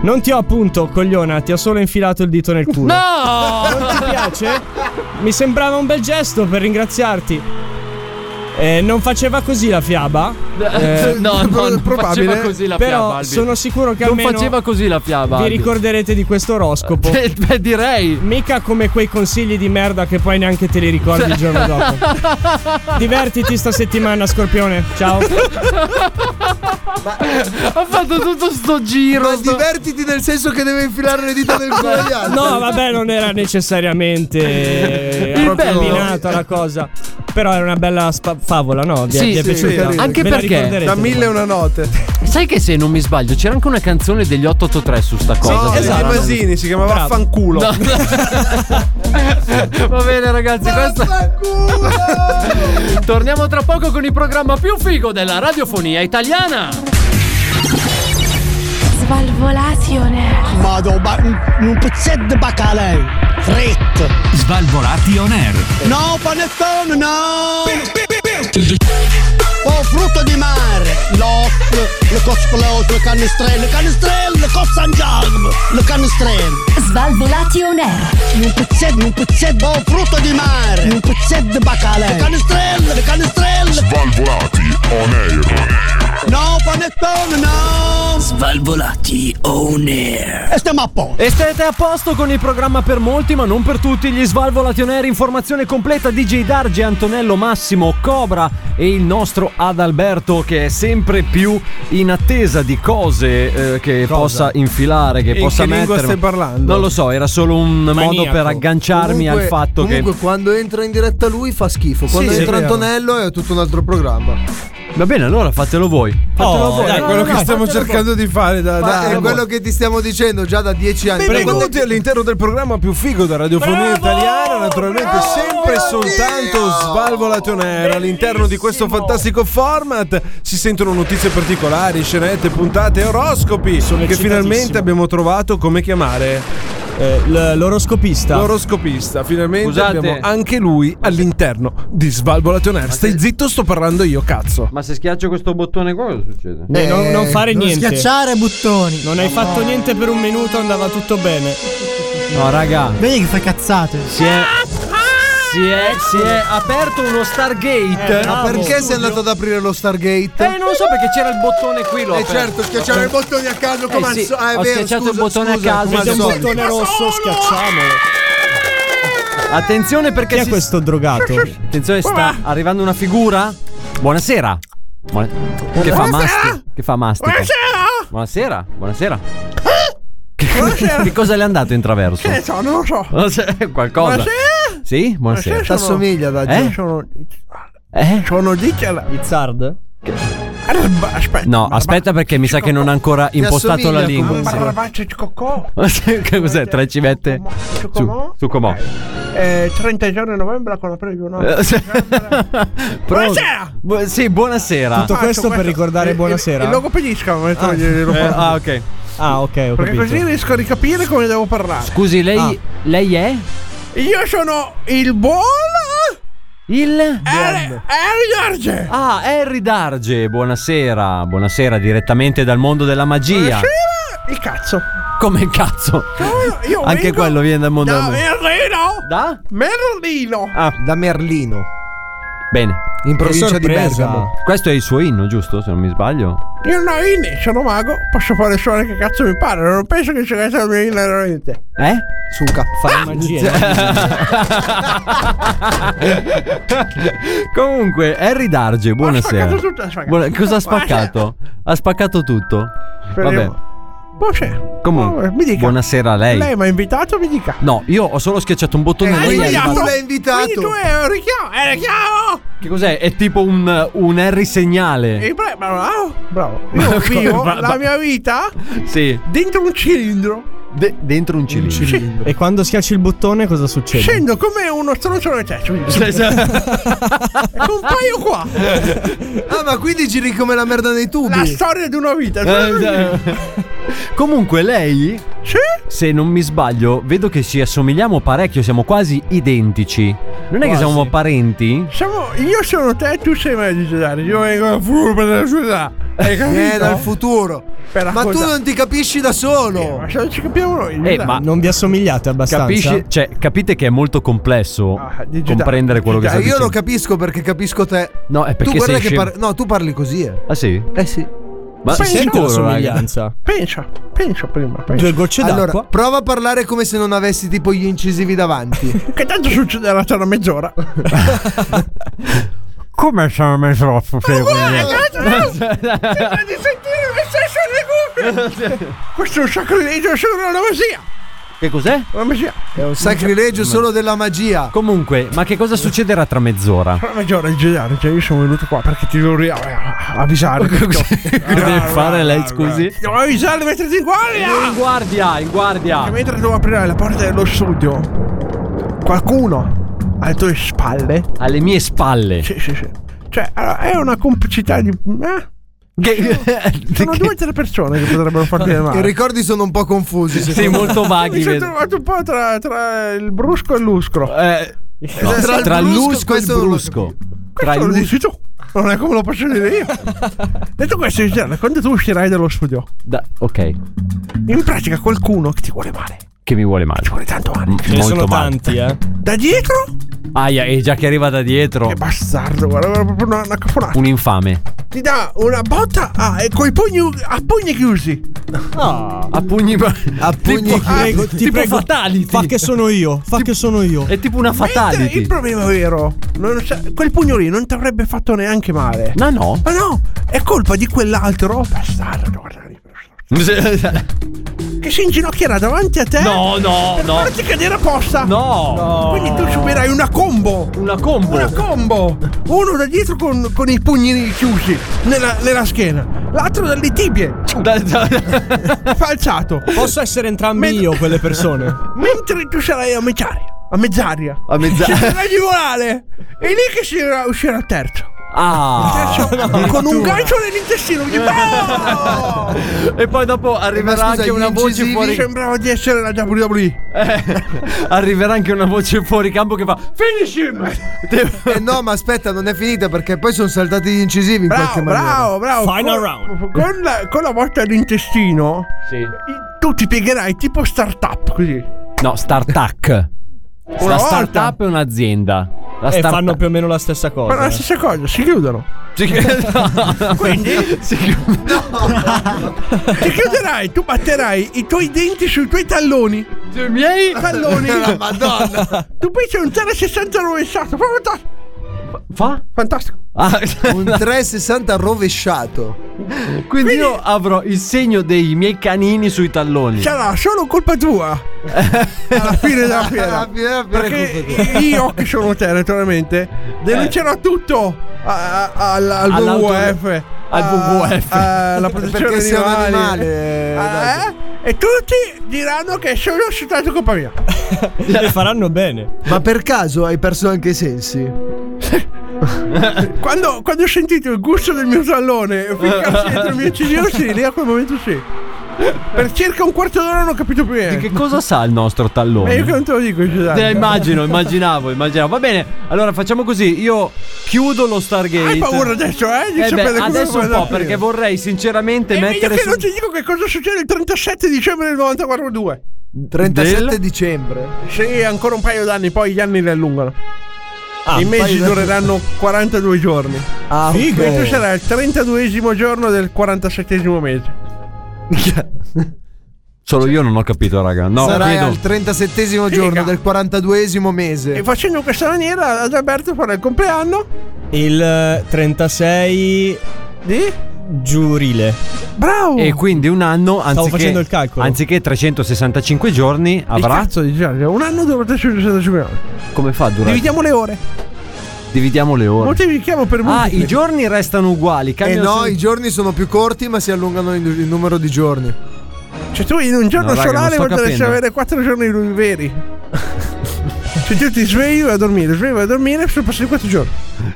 S11: Non ti ho appunto, cogliona, ti ho solo infilato il dito nel culo.
S3: No!
S11: Non ti piace? Mi sembrava un bel gesto per ringraziarti. Eh, non faceva così la fiaba?
S3: Eh, no, no, non faceva così la
S11: Però
S3: fiaba, Albi.
S11: sono sicuro che
S3: Non
S11: almeno
S3: faceva così la fiaba.
S11: vi
S3: Albi.
S11: ricorderete di questo oroscopo.
S3: Eh, Beh, direi.
S11: Mica come quei consigli di merda che poi neanche te li ricordi il giorno dopo. Divertiti sta settimana, Scorpione. Ciao.
S3: Ha fatto tutto sto giro.
S5: Ma divertiti nel senso che deve infilare le dita del culo agli altri.
S11: No, vabbè, non era necessariamente
S3: Il bello-
S11: combinata la cosa. Però era una bella spa- favola, no? Vi è,
S3: Sì,
S11: vi è
S3: sì,
S11: piaciuta?
S3: sì, anche
S11: Ve la
S3: perché
S11: ricorderete
S3: da
S11: dopo.
S2: Mille e una notte.
S3: Sai che se non mi sbaglio c'era anche una canzone degli 883 su sta cosa.
S2: Sì, esatto. Masini si chiamava
S3: Bravo.
S2: Fanculo.
S3: No, Va bene ragazzi, questa... Torniamo tra poco con il programma più figo della radiofonia italiana.
S1: Svalvolazione.
S8: Vado ba- un, un pezzetto di bacalè. Fritto.
S9: Svalvolati on air.
S8: No, panettone, no! Oh, frutto di mare! L'off, le cosplot, le canestrelle, le canestrelle, le cossangialm, le canestrelle! Svalvolati on air! Un pezzetto, un pezzetto, oh, frutto di mare! Un pezzetto di bacalè! Le canestrelle, le canestrelle!
S4: Svalvolati on air.
S8: No, panettone, no!
S4: Svalvolati on air.
S8: E stiamo a posto!
S3: E state a posto con il programma per molti, ma non per tutti. Gli Svalvolati on air, informazione completa. DJ Darge, Antonello Massimo, Cobra e il nostro Adalberto, che è sempre più in attesa di cose eh, che possa infilare, che
S2: In
S3: possa
S2: che lingua
S3: mettere.
S2: stai parlando?
S3: Non lo so, era solo un modo
S5: Maniaco.
S3: per agganciarmi al fatto
S5: comunque,
S3: che.
S5: quando entra in diretta lui fa schifo. Quando
S3: Sì, sì,
S5: entra
S3: è vero.
S5: Antonello è tutto un altro programma.
S3: Va bene, allora fatelo voi.
S11: Oh,
S3: Oh, Fatelo voi.
S26: è quello che stiamo cercando di fare da, da-
S5: è
S26: da-
S5: quello che ti stiamo dicendo già da dieci anni.
S26: Benvenuti all'interno del programma più figo della radiofonia italiana, naturalmente sempre e soltanto Svalvolate on Air. All'interno di questo fantastico format si sentono notizie particolari, scenette, puntate, oroscopi che finalmente abbiamo trovato come chiamare.
S11: eh, l'oroscopista.
S26: L'oroscopista, finalmente
S3: Scusate.
S26: abbiamo anche lui all'interno di Svalvolate on Air. Stai zitto, sto parlando io, cazzo.
S27: Ma se schiaccio questo bottone qua cosa succede?
S11: Eh, non, non fare niente.
S28: bottoni.
S11: Non hai fatto niente per un minuto, andava tutto bene.
S3: No, raga.
S28: Vedi che fai cazzate.
S3: Si è. Si è, si è aperto uno
S27: Eh,
S3: Stargate.
S5: Ma perché sei andato ad aprire lo Stargate?
S3: Eh, non lo so perché c'era il bottone qui. L'ho
S5: Eh
S3: aperto.
S5: certo, schiacciare il bottone a caso come
S3: Eh
S5: al
S3: sì,
S5: so- ah, è
S3: ho
S5: vero,
S3: schiacciato il
S5: scusa,
S3: bottone
S5: scusa,
S3: a caso.
S5: come al
S3: Vediamo un
S5: solito.
S3: bottone
S11: rosso, schiacciamolo.
S3: Attenzione perché.
S11: Chi è
S3: si-
S11: questo drogato?
S3: Attenzione, sta arrivando una figura. Buonasera. Buona- Che fa
S11: Buonasera.
S3: masti? Che fa masti? Buonasera. Buonasera. Buonasera. che cosa le è andato in traverso?
S5: Che ne so, non lo so.
S3: Non so, Qualcosa. Sì, buonasera.
S5: Ti assomiglia da
S3: Eh?
S5: sono
S3: Eh?
S5: sono dichiarato.
S11: Izzard?
S5: Aspetta.
S3: No, aspetta perché mi sa che non ha ancora impostato la
S5: assomiglia
S3: lingua.
S5: comunque.
S3: Sì.
S2: Barabaccia di cocco,
S3: che cos'è? Tre civette? Su, su comò.
S2: eh, 30 giorni a novembre con la preview, no?
S3: Eh, sì. Buonasera! sì, buonasera.
S11: Tutto questo per ricordare buonasera.
S2: Il logopedista mi ha detto
S11: Ah.
S2: di dirlo.
S3: Eh, ah, ok.
S11: Ah, ok, ho
S2: Perché
S11: capito.
S2: così riesco a ricapire come devo parlare.
S3: Scusi, lei,
S2: Ah.
S3: lei è?
S2: Io sono il buon Er-,
S3: Il?
S2: Harry Arge.
S3: Ah, Harry Darge, buonasera. Buonasera direttamente dal mondo della magia.
S2: Il cazzo. Ah,
S3: Come il cazzo.
S2: Io
S3: Anche
S2: vengo
S3: quello viene dal mondo
S2: da
S3: della magia.
S2: Merlino.
S3: Da?
S2: Merlino.
S5: Da Merlino.
S3: Bene.
S5: In provincia di Bergamo.
S3: Questo è il suo inno, giusto? Se non mi sbaglio.
S2: Io no, Inni, sono mago, posso fare suonare che cazzo mi pare, non penso che ci sia il mio inno veramente.
S3: Eh?
S5: Suca.
S11: Fare magia.
S3: Comunque, Harry Darge, buonasera.
S2: spaccato tutto, ha spaccato.
S3: Buona- cosa ha spaccato? Ha spaccato tutto. Vabbè.
S2: Speriamo. Boh,
S3: Comunque,
S2: Oh, mi dica.
S3: buonasera a lei.
S2: lei mi ha invitato, mi dica. Eh,
S3: No, io ho solo schiacciato un bottone.
S2: Hai
S3: lei è
S2: sbagliato?
S3: arrivata-
S2: Quindi tu è un richiamo, è un richiamo.
S3: Che cos'è? È tipo un, un Harry segnale.
S2: E pre- bravo, oh, bravo. Io vivo
S3: Bravo.
S2: la mia vita
S3: Sì.
S2: dentro un cilindro.
S3: De- dentro un cilindro.
S11: e quando schiacci il bottone cosa succede?
S2: Scendo come uno stronzo nel tetto.
S3: Eh,
S2: E compaio qua.
S5: Ah, ma quindi giri come la merda nei tubi.
S2: La storia di una vita.
S3: Eh, Comunque lei,
S2: Sì?
S3: se non mi sbaglio, vedo che ci assomigliamo parecchio, siamo quasi identici. Non è che siamo parenti?
S2: Siamo- io sono te e tu sei me digitale. Io vengo dal futuro per la sua età. Hai capito?
S5: Eh, dal futuro.
S2: Per la
S5: Ma tu
S2: cosa-
S5: non ti capisci da solo.
S2: Ma se non ci capiamo noi.
S3: Eh, ma
S11: Ah, Non vi assomigliate abbastanza?
S3: capisci? Cioè, capite che è molto complesso
S2: digitale,
S3: comprendere quello che
S5: Ah, Dai, Cioè,
S3: stai
S5: io
S3: dicendo.
S5: lo capisco perché capisco te.
S3: No, è
S5: tu
S3: perché
S5: guarda
S3: sei
S5: che
S3: scemo.
S5: par- No, tu parli così. Eh,
S3: Ah sì?
S5: eh sì.
S3: Ma
S11: Si sente la
S3: sicuro, raga?
S11: somiglianza?
S2: Pensa, pensa prima. Pensa.
S11: Due gocce d'acqua?
S5: Allora, prova a parlare come se non avessi tipo gli incisivi davanti.
S2: Che tanto succederà tra una mezz'ora.
S3: Come sono messo
S2: di sentire me stesso alle cuffie. Questo è un sacrilegio solo una magia.
S3: Che cos'è?
S2: Una magia.
S5: È un sacrilegio solo della magia.
S3: Comunque, ma che cosa succederà tra mezz'ora?
S2: Tra una mezz'ora in generale, cioè io sono venuto qua perché ti dovevo avvisare.
S3: Che deve fare lei, scusi?
S2: Ti dovevo avvisare metterti in guardia.
S3: In guardia, in
S2: Che
S3: guardia.
S2: Eh, mentre devo aprire la porta dello studio, qualcuno alle tue spalle.
S3: Alle mie spalle.
S2: Sì, sì, sì. Cioè, allora, è una complicità di. Eh?
S3: Che-
S2: Sono due o tre persone che potrebbero farti del
S3: Ah.
S5: I
S2: male.
S5: ricordi sono un po' confusi.
S3: Sei
S5: secondo
S3: molto
S2: Mi
S3: vaghi.
S2: sono
S3: vedo.
S2: trovato un po' tra, tra il brusco e l'uscro.
S3: Eh, no,
S5: tra il
S3: tra il
S5: brusco,
S3: lusco e il
S5: questo non lo
S3: brusco. Tra il
S2: Lo
S3: lusco.
S2: dici tu. Non è come lo posso dire io. Detto questo, in generale, quando tu uscirai dallo studio,
S3: da- ok,
S2: in pratica qualcuno che ti vuole male.
S3: che mi vuole male.
S2: Ti vuole tanto male.
S11: Ce ne sono
S3: Molto male. Ah,
S11: tanti, eh.
S2: Da dietro?
S3: Aia, e già che arriva da dietro,
S2: Che bastardo, guarda, guarda, proprio una, una cafonata.
S3: un infame.
S2: Ti dà una botta a, e coi pugni, a pugni chiusi.
S3: A pugni. A
S5: pugni-
S3: tipo,
S11: Prego, ti
S3: tipo
S11: prego,
S3: fatality. Eh,
S11: Fa che sono io, fa che sono io.
S3: È tipo una
S2: Mentre
S3: fatality.
S2: il problema vero, non sa- quel pugno lì non ti avrebbe fatto neanche male.
S3: Ma no.
S2: Oh, Ma no, è colpa di quell'altro bastardo. Guarda, guarda, guarda. che si inginocchierà davanti a te.
S3: No, no,
S2: per
S3: no.
S2: farti cadere apposta.
S3: No.
S2: Quindi tu subirai una combo.
S3: Una combo.
S2: Una combo. Uno da dietro con, con i pugni chiusi nella, nella schiena. L'altro dalle tibie. Falciato.
S11: Posso essere entrambi io quelle persone?
S2: Mentre tu sarai a mezz'aria. A mezz'aria.
S29: A mezz'aria.
S2: Ci sarà il divolare. E lì che uscirà, uscirà terzo.
S3: Ah,
S2: con un gancio nell'intestino. Quindi, boh!
S3: e poi dopo arriverà
S2: Ma scusa,
S3: anche
S2: gli
S3: una voce
S2: incisivi
S3: fuori.
S2: Sembrava di essere la WWE.
S3: arriverà anche una voce fuori campo che fa. Finish him!
S5: Eh no, ma aspetta, non è finita perché poi sono saltati gli incisivi in qualche
S2: Bravo, bravo,
S5: maniera.
S2: bravo.
S3: Final
S2: Con-
S3: round.
S2: Con la, con la botta d'intestino,
S3: Sì.
S2: tu ti piegherai tipo startup così.
S3: No, startup.
S2: volta.
S3: La startup è un'azienda. La
S11: E
S3: startup-
S11: fanno più o meno la stessa cosa.
S2: Ma è la stessa cosa, si chiudono.
S3: Sì che-
S2: Quindi ti chiuderai, tu batterai i tuoi denti sui tuoi talloni.
S3: I miei
S2: Talloni.
S5: Madonna.
S2: tu pensi a un 360 rovesciato. Fantastico.
S3: Fa?
S2: Fantastico.
S3: Ah,
S5: Un 360 rovesciato.
S3: quindi io avrò il segno dei miei canini sui talloni.
S2: Sarà solo colpa tua. Alla fine della fiera. Perché io che sono te naturalmente denuncerò tutto a- a- al, al
S3: Eh. All'auto-
S2: WWF.
S3: al WWF.
S2: Alla protezione
S5: Perché sei un
S2: animali.
S5: animale.
S2: Ah, eh? E tutti diranno che sono soltanto colpa mia.
S11: Le faranno bene.
S5: Ma per caso hai perso anche i sensi?
S2: Quando, quando ho sentito il gusto del mio tallone e ficcarsi dentro il mio cilindro, sì, lì a quel momento sì. Per circa un quarto d'ora non ho capito più niente.
S3: Che cosa sa il nostro
S2: Ma io
S3: tallone?
S2: che non te lo dico, Giuseppe.
S3: Eh, immagino, immaginavo, immaginavo. Va bene, allora facciamo così. Io chiudo lo Stargate.
S2: Hai paura adesso, eh? Di
S3: Eh beh,
S2: sapere come va
S3: adesso un
S2: la
S3: po'
S2: fine.
S3: perché vorrei sinceramente
S2: È meglio
S3: mettere
S2: che
S3: su...
S2: non ti dico che cosa succede il 37 dicembre del 94-2.
S5: 37
S3: Del-
S5: dicembre.
S2: Sì, ancora un paio d'anni, poi gli anni li allungano.
S3: Ah,
S2: I
S5: un
S2: mesi
S5: paio d'anni.
S2: dureranno 42 giorni.
S5: Ah,
S2: Figo.
S5: ok.
S2: Questo sarà il 32esimo giorno del 47esimo mese.
S3: Solo io non ho capito, raga. No,
S5: Sarai
S3: vedo.
S5: al 37 giorno del 42esimo mese.
S2: E facendo in questa maniera, Adalberto farà il compleanno
S11: Il eh, 36
S2: di...
S11: giurile.
S2: Bravo!
S3: E quindi un anno anziché,
S11: facendo il calcolo.
S3: anziché 365 giorni
S2: Il
S3: avrà.
S2: cazzo di Giorgio, un anno dopo 365 anni.
S3: Come fa a durare?
S2: Dividiamo le ore.
S3: Dividiamo le ore.
S2: Moltiplichiamo per
S3: Ah,
S2: multipli.
S3: i giorni restano uguali.
S5: Eh
S3: cambiano
S5: no,
S3: solo-
S5: i giorni sono più corti, ma si allungano il il numero di giorni.
S2: Cioè tu in un giorno
S3: No, raga, non
S2: solare
S3: sto
S2: potresti
S3: capendo.
S2: avere 4 giorni lu- veri. cioè tu ti svegli vai a dormire, svegli vai a dormire, sono passati 4 giorni.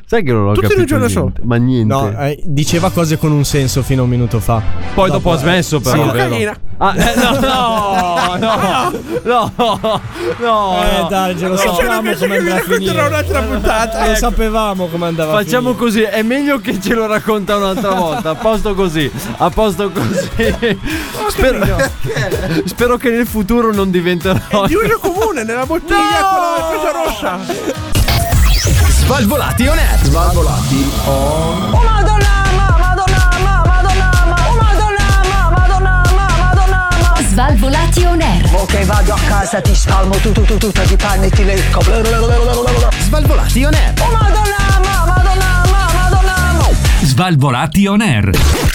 S3: Sai che non l'ho
S2: Tutti in
S3: capito.
S2: un giorno
S3: niente, Ma niente.
S11: No, eh, diceva cose con un senso fino a un minuto fa.
S3: Poi dopo ho smesso, però.
S2: Sì,
S3: vero?
S2: cocaina.
S3: Ah, eh, no, no, no, no,
S11: Eh,
S3: no.
S11: dai, ce lo
S2: Sono
S11: sapevamo
S2: invece
S11: come
S2: che vi
S11: andava a finire.
S2: racconterò
S11: Eh,
S2: un'altra puntata.
S11: Lo sapevamo come andava a
S3: ecco. Facciamo
S11: finire.
S3: così, è meglio che ce lo racconta un'altra volta. A posto così, a posto così. Spero, spero che nel futuro non diventerò.
S2: Di uso comune nella bottiglia con la cosa rossa.
S30: Svalvolati on air.
S31: Oh madonna, ma, madonna, ma, madonna, ma, oh madonna, ma, madonna, ma, madonna, ma.
S1: Svalvolati on air.
S31: Ok, vado a casa, ti spalmo tu, tu, tu, tu, ti panni, ti lecco. Blablabla.
S30: Svalvolati on air.
S31: Oh madonna, ma, madonna, ma, madonna, ma.
S30: Svalvolati on air.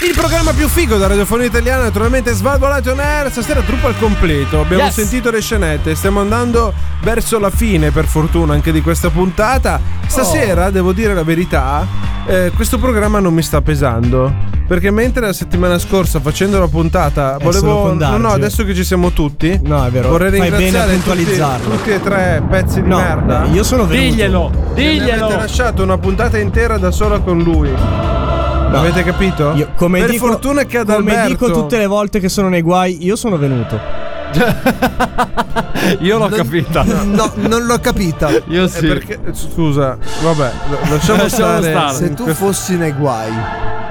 S32: Il programma più figo della radiofonia italiana, naturalmente, Svalvolato on Air. Stasera truppa al completo. Abbiamo
S3: Yes.
S32: sentito le scenette. Stiamo andando verso la fine, per fortuna, anche di questa puntata. Stasera,
S3: Oh.
S32: devo dire la verità, eh, questo programma non mi sta pesando. Perché mentre la settimana scorsa, facendo la puntata,
S11: solo
S32: volevo. No,
S11: fondaggio.
S32: no, adesso che ci siamo tutti,
S11: No, è vero.
S32: vorrei
S11: Fai bene a
S32: ringraziare
S11: puntualizzarlo.
S32: tutti, tutti e tre pezzi di
S11: No, eh,
S32: merda.
S11: io sono venuto.
S3: Diglielo,
S32: Eh, Mi avete
S3: diglielo.
S32: lasciato una puntata intera da sola con lui. Avete capito?
S11: Io- come
S32: per
S11: dico,
S32: fortuna che ad
S11: come
S32: Alberto.
S11: dico tutte le volte che sono nei guai, io sono venuto.
S3: Io l'ho capita.
S5: No, non l'ho capita.
S3: Io
S32: Eh,
S3: sì.
S32: perché- scusa, vabbè, lo- lasciamo
S3: Lasciamo
S32: stare.
S3: stare.
S5: Se tu fossi nei guai,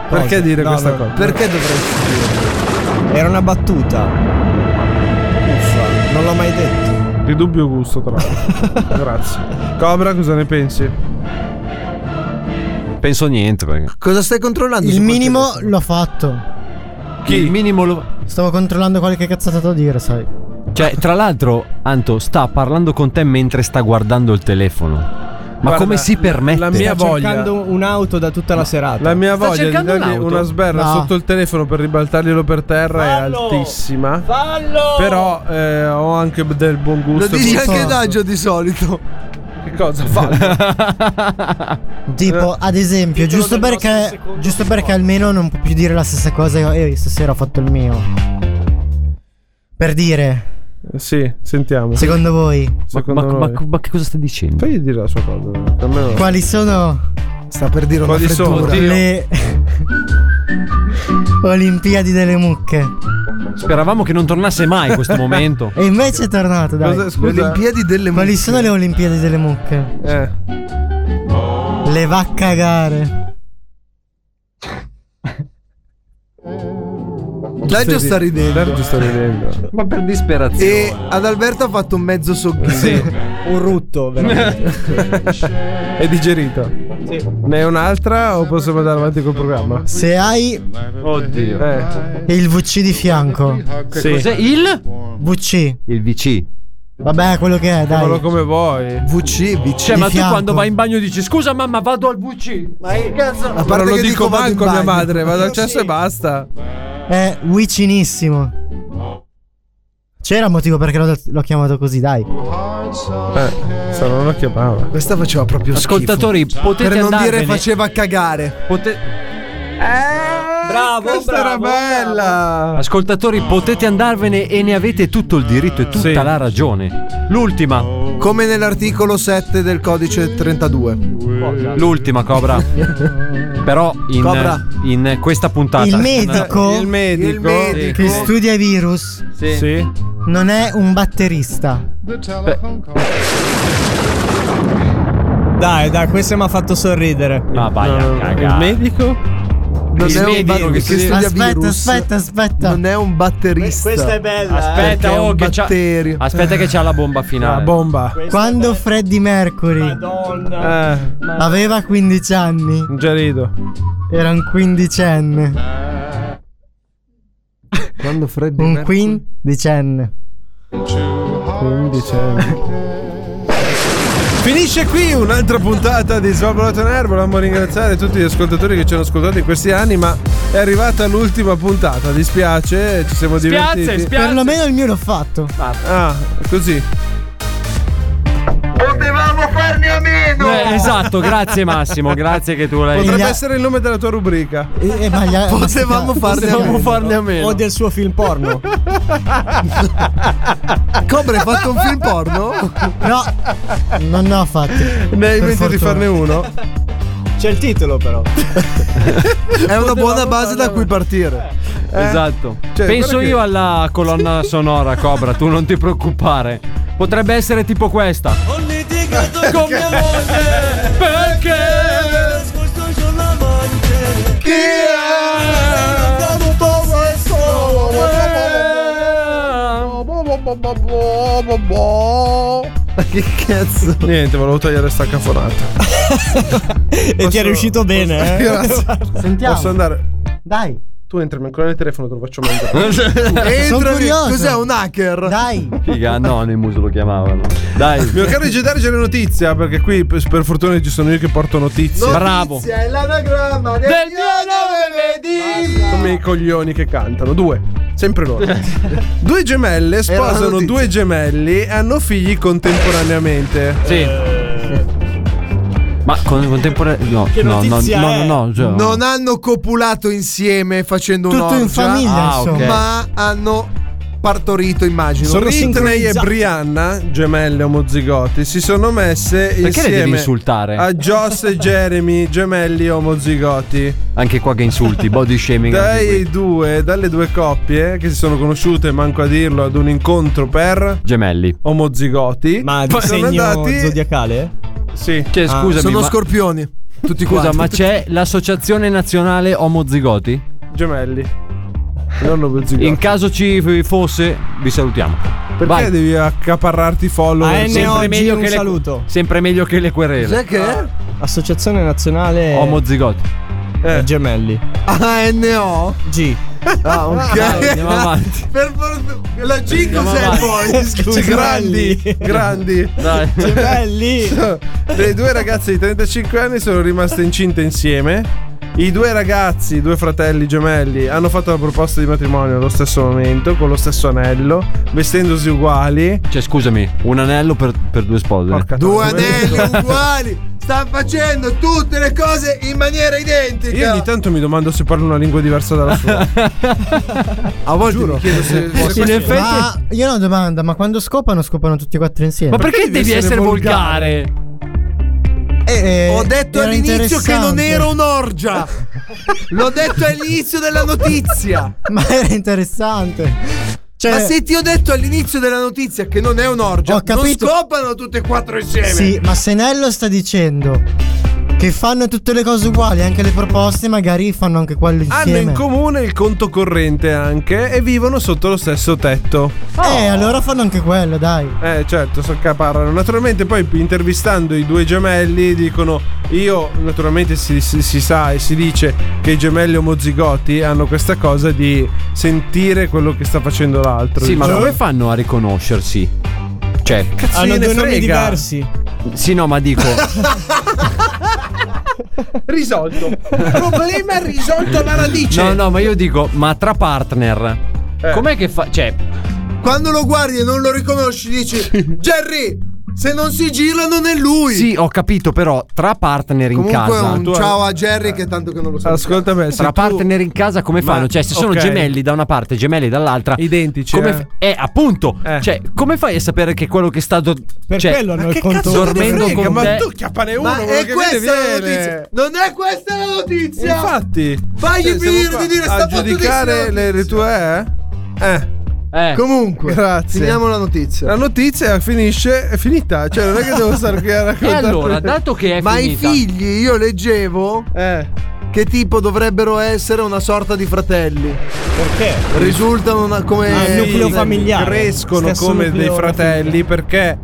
S32: Perché
S11: Cosa?
S32: dire
S11: No,
S32: questa
S11: no,
S32: cosa?
S5: perché dovresti dire?
S11: Era una battuta. Uffa, non l'ho mai detto.
S32: Di dubbio gusto, tra l'altro. Grazie. Cobra, cosa ne pensi?
S3: Penso niente. Perché.
S5: Cosa stai controllando?
S33: Il
S5: su quel
S33: minimo
S5: telefono?
S33: l'ho fatto.
S3: Chi? Il minimo lo.
S33: Stavo controllando qualche cazzata da dire, sai.
S3: Cioè, tra l'altro, Anto sta parlando con te mentre sta guardando il telefono.
S2: Guarda, La
S34: Sta
S2: mia voglia.
S34: cercando un'auto da tutta la serata.
S2: La mia
S34: Sta
S2: voglia di
S34: cercando
S2: dargli
S34: un'auto?
S2: una sberla
S34: No.
S2: sotto il telefono per ribaltarglielo per terra
S34: Fallo!
S2: è altissima.
S34: Fallo!
S2: Però eh, ho anche del buon gusto.
S5: Lo dici
S2: Buon
S5: anche
S2: senso.
S5: Daggio di solito.
S2: Che cosa fa?
S11: Tipo,
S2: eh.
S11: ad esempio, giusto perché, giusto perché almeno non può più dire la stessa cosa. Io, "Ehi, stasera ho fatto il mio. Per dire,
S2: sì, sentiamo.
S11: secondo voi,
S2: Secondo
S3: ma-
S2: noi.
S3: ma-
S2: che cosa stai dicendo? Fagli dire la sua cosa. per me no.
S11: quali sono. Sta per
S2: dire una Quali sono? freddura. Oddio.
S11: Le. Olimpiadi delle mucche.
S3: Speravamo che non tornasse mai questo momento.
S11: E invece è tornato, dai.
S3: Cosa- scusa?
S11: Le Olimpiadi delle mucche. Quali sono le Olimpiadi delle mucche?
S2: Eh.
S11: Le va a cagare.
S5: Daggio sta ridendo.
S2: Daggio sta ridendo.
S5: Ma per disperazione. E ad Alberto ha fatto un mezzo sogghino.
S34: un rutto,
S2: è digerita. Ne è un'altra o possiamo andare avanti col programma?
S11: Se hai
S2: Oddio.
S5: Eh,
S11: il VC di fianco.
S2: Sì. cos'è?
S11: il?
S3: Cioè,
S11: VC.
S2: Il VC.
S11: Vabbè, quello che è,
S2: Chiamalo
S11: dai.
S2: come vuoi.
S5: VC, VC.
S3: Cioè,
S11: Di
S3: ma tu
S11: fianco.
S3: quando vai in bagno dici scusa mamma vado al VC. Ma che cazzo?
S2: Ma non lo dico manco a mia madre, vado al cesso e basta.
S11: È vicinissimo. C'era un motivo perché l'ho, l'ho chiamato così, dai.
S2: Eh, se non lo chiamava.
S5: Questa faceva proprio
S3: Ascoltatori,
S5: schifo.
S3: potete
S5: Per non dire
S3: andarvene.
S5: faceva cagare.
S3: Bravo,
S5: Eh, Questa
S3: Oh, bravo,
S5: era bella.
S3: Ascoltatori, potete andarvene e ne avete tutto il diritto e tutta la ragione. L'ultima.
S5: Come nell'articolo 7 del codice 32.
S3: L'ultima Cobra. Però in,
S5: Cobra.
S3: in questa puntata
S11: Il medico,
S2: Il medico. Il medico.
S11: che studia i virus
S3: Sì.
S11: non è un batterista.
S34: Dai, dai, questo mi ha fatto sorridere.
S3: Ma vai a
S34: cagare. Il medico?
S5: Non è un batterista che studia
S11: Aspetta,
S5: virus.
S11: aspetta, aspetta.
S5: Non è un batterista.
S11: Questa è bella,
S3: Aspetta,
S5: Perché è
S3: oh,
S5: un
S3: che c'ha-
S5: batterio.
S3: aspetta che c'ha la bomba finale.
S2: La Ah, bomba.
S11: Quando Freddie Mercury
S2: Eh,
S11: aveva 15 anni,
S2: già rido.
S11: era un quindicenne.
S5: Quando Freddie
S11: Un
S5: Mercury-
S11: quindicenne.
S2: Finisce qui un'altra puntata di Svalvolato Air. Volevamo ringraziare tutti gli ascoltatori che ci hanno ascoltato in questi anni, ma è arrivata l'ultima puntata. Dispiace, ci siamo divertiti.
S11: Perlomeno il mio l'ho fatto.
S2: Ah, così.
S35: Potevamo farne a meno!
S3: Eh, esatto, grazie Massimo, grazie che tu l'hai
S2: Potrebbe
S3: Gli-
S2: essere il nome della tua rubrica.
S11: Eh, eh, ma gli-
S5: Potevamo farne a
S2: Potevamo
S5: meno.
S2: farne a meno.
S34: O del suo film porno.
S5: Ah, Cobra hai fatto un film porno?
S11: No, non ne ho fatti.
S2: Ne hai in
S11: per
S2: mente
S11: fortuna.
S2: di farne uno?
S34: C'è il titolo, però.
S5: È una buona base da cui partire.
S3: Esatto.
S5: Cioè,
S3: Penso
S5: guarda che-
S3: io alla colonna sonora Cobra, tu non ti preoccupare. Potrebbe essere tipo questa.
S36: Ho litigato con mia moglie
S3: Perché?
S36: L'ho scorso giorno amante
S5: Chi è? Che cazzo?
S2: Niente, volevo tagliare sta cafonata.
S34: e ti è riuscito bene, eh?
S2: Grazie.
S11: Sentiamo.
S2: Posso andare?
S11: Dai.
S2: Tu entrami ancora nel telefono, te lo faccio mangiare.
S11: Sono
S5: Entrami,
S11: curioso.
S5: cos'è un hacker?
S11: Dai.
S3: Figa, Anonymous lo chiamavano. Dai.
S2: Mio caro digitale c'è la notizia, perché qui per per fortuna ci sono io che porto notizie.
S3: Bravo.
S5: Notizia è l'anagramma del,
S3: Del
S5: mio nome venerdì.
S2: Come i coglioni che cantano, due. Sempre loro. due gemelle sposano
S5: notizia.
S2: due gemelli e hanno figli contemporaneamente.
S3: Sì. Ma con contemporaneo. No, no, no,
S34: notizia
S3: no,
S34: è?
S3: no, no, cioè-
S5: Non hanno copulato insieme facendo
S11: Tutto
S5: un'orgia,
S11: in famiglia,
S3: Ah, ok.
S11: insomma.
S5: ma hanno partorito, immagino.
S2: Sono Britney e
S5: sincronizzati.
S2: Brianna, gemelle omozigoti, si sono messe
S3: Perché le
S2: insieme Ah,
S3: devi insultare?
S2: a Joss e Jeremy, gemelli omozigoti.
S3: Anche qua che insulti, body shaming. anche qui.
S2: Dai due, dalle due coppie che si sono conosciute, manco a dirlo, ad un incontro per
S3: Gemelli.
S2: omozigoti.
S34: Ma di
S2: Poi sono
S34: segno
S2: andati.
S34: zodiacale?
S2: Sì.
S3: Cioè,
S34: Ah,
S3: scusami.
S5: Sono
S3: ma-
S5: scorpioni. Tutti
S3: Scusa,
S5: quanti.
S3: ma c'è l'associazione nazionale omozigoti?
S2: Gemelli. Non omozigoti.
S3: In caso ci f- fosse, vi salutiamo.
S2: Perché
S3: Vai.
S2: devi accaparrarti i follower?
S34: AN
S2: Sempre-
S34: oggi un
S3: che le-
S34: saluto.
S3: sempre meglio che le querele.
S5: Cos'è che è?
S3: Eh.
S34: Associazione Nazionale
S3: Omozigoti.
S8: eh. gemelli.
S5: Ah, NO?
S8: G.
S5: Ah, ok.
S8: Dai, andiamo avanti.
S5: Per fortuna- La G
S8: Andiamo
S5: cos'è
S8: avanti.
S5: poi?
S2: Scusi, grandi, grandi.
S5: Dai.
S8: Gemelli.
S2: Le due ragazze di 35 anni sono rimaste incinte insieme. I due ragazzi, due fratelli gemelli, hanno fatto la proposta di matrimonio allo stesso momento, con lo stesso anello, vestendosi uguali.
S3: Cioè, scusami, un anello per, per due spose.
S5: Due anelli uguali. Sta facendo tutte le cose in maniera identica.
S2: Io ogni tanto mi domando se parlo una lingua diversa dalla sua. A volte mi chiedo se, se questo-
S11: Ma io ho una domanda, ma quando scopano scopano tutti e quattro insieme?
S2: Ma perché devi essere
S37: volgare?
S11: Eh,
S5: Ho detto
S11: era
S5: all'inizio che non
S11: interessante.
S5: era un'orgia. L'ho detto all'inizio della notizia.
S11: Ma era interessante. Cioè-
S5: Ma se ti ho detto all'inizio della notizia che non è un'orgia,
S11: Ho
S5: non
S11: capito.
S5: scopano tutte e quattro insieme.
S11: Sì, ma se Nello sta dicendo che fanno tutte le cose uguali, anche le proposte, magari fanno anche quelle
S2: Hanno in
S11: insieme.
S2: comune il conto corrente anche e vivono sotto lo stesso tetto.
S3: Oh.
S11: Eh, allora fanno anche quello, dai.
S2: Eh certo, so caparrano. Naturalmente poi intervistando i due gemelli dicono io naturalmente si, si- si sa e si dice che i gemelli omozigoti hanno questa cosa di sentire quello che sta facendo l'altro.
S3: Sì, ma
S2: diciamo.
S3: come fanno a riconoscersi? Cioè,
S2: Cazzo, Hanno gliene due nomi frega.
S3: diversi. Sì, no, ma dico.
S2: Risolto. Cioè
S5: Problema risolto alla radice.
S3: no, no, ma io dico, ma tra partner.
S2: Eh.
S3: Com'è che fa. Cioè.
S5: Quando lo guardi e non lo riconosci, dici: Jerry, se non si gira, non è lui.
S3: Sì, ho capito, però tra partner in
S5: Comunque,
S3: casa.
S5: un ciao a Jerry, che tanto che non lo so.
S2: Ascolta me,
S3: Tra partner in casa come
S5: Ma-
S3: fanno? Cioè, se sono
S5: ok.
S3: gemelli da una parte e gemelli dall'altra,
S2: identici.
S3: Come
S5: eh.
S3: fa- eh, appunto. Cioè, come fai a sapere che quello che sta. do- cioè, dormendo con te.
S2: chiappane
S5: Eh, Ma
S2: uno, quello
S5: è
S2: che
S5: questa
S2: viene,
S5: la
S2: viene.
S5: notizia. Non è questa la notizia.
S2: eh, Infatti,
S5: Fagli
S2: Cioè, siamo
S5: finire
S2: qua
S5: di dire sta
S2: a
S5: fatto di
S2: giudicare
S5: sì,
S2: le, le tue. Eh? Eh.
S5: Comunque,
S2: grazie.
S5: finiamo la notizia.
S2: La notizia finisce, è finita. Cioè, non è che devo stare qui a raccontare.
S5: Ma i figli, io leggevo.
S2: Eh.
S5: Che tipo dovrebbero essere una sorta di fratelli? Perché? Risultano una- come eh,
S2: i figli
S8: Cioè,
S2: crescono come dei fratelli perché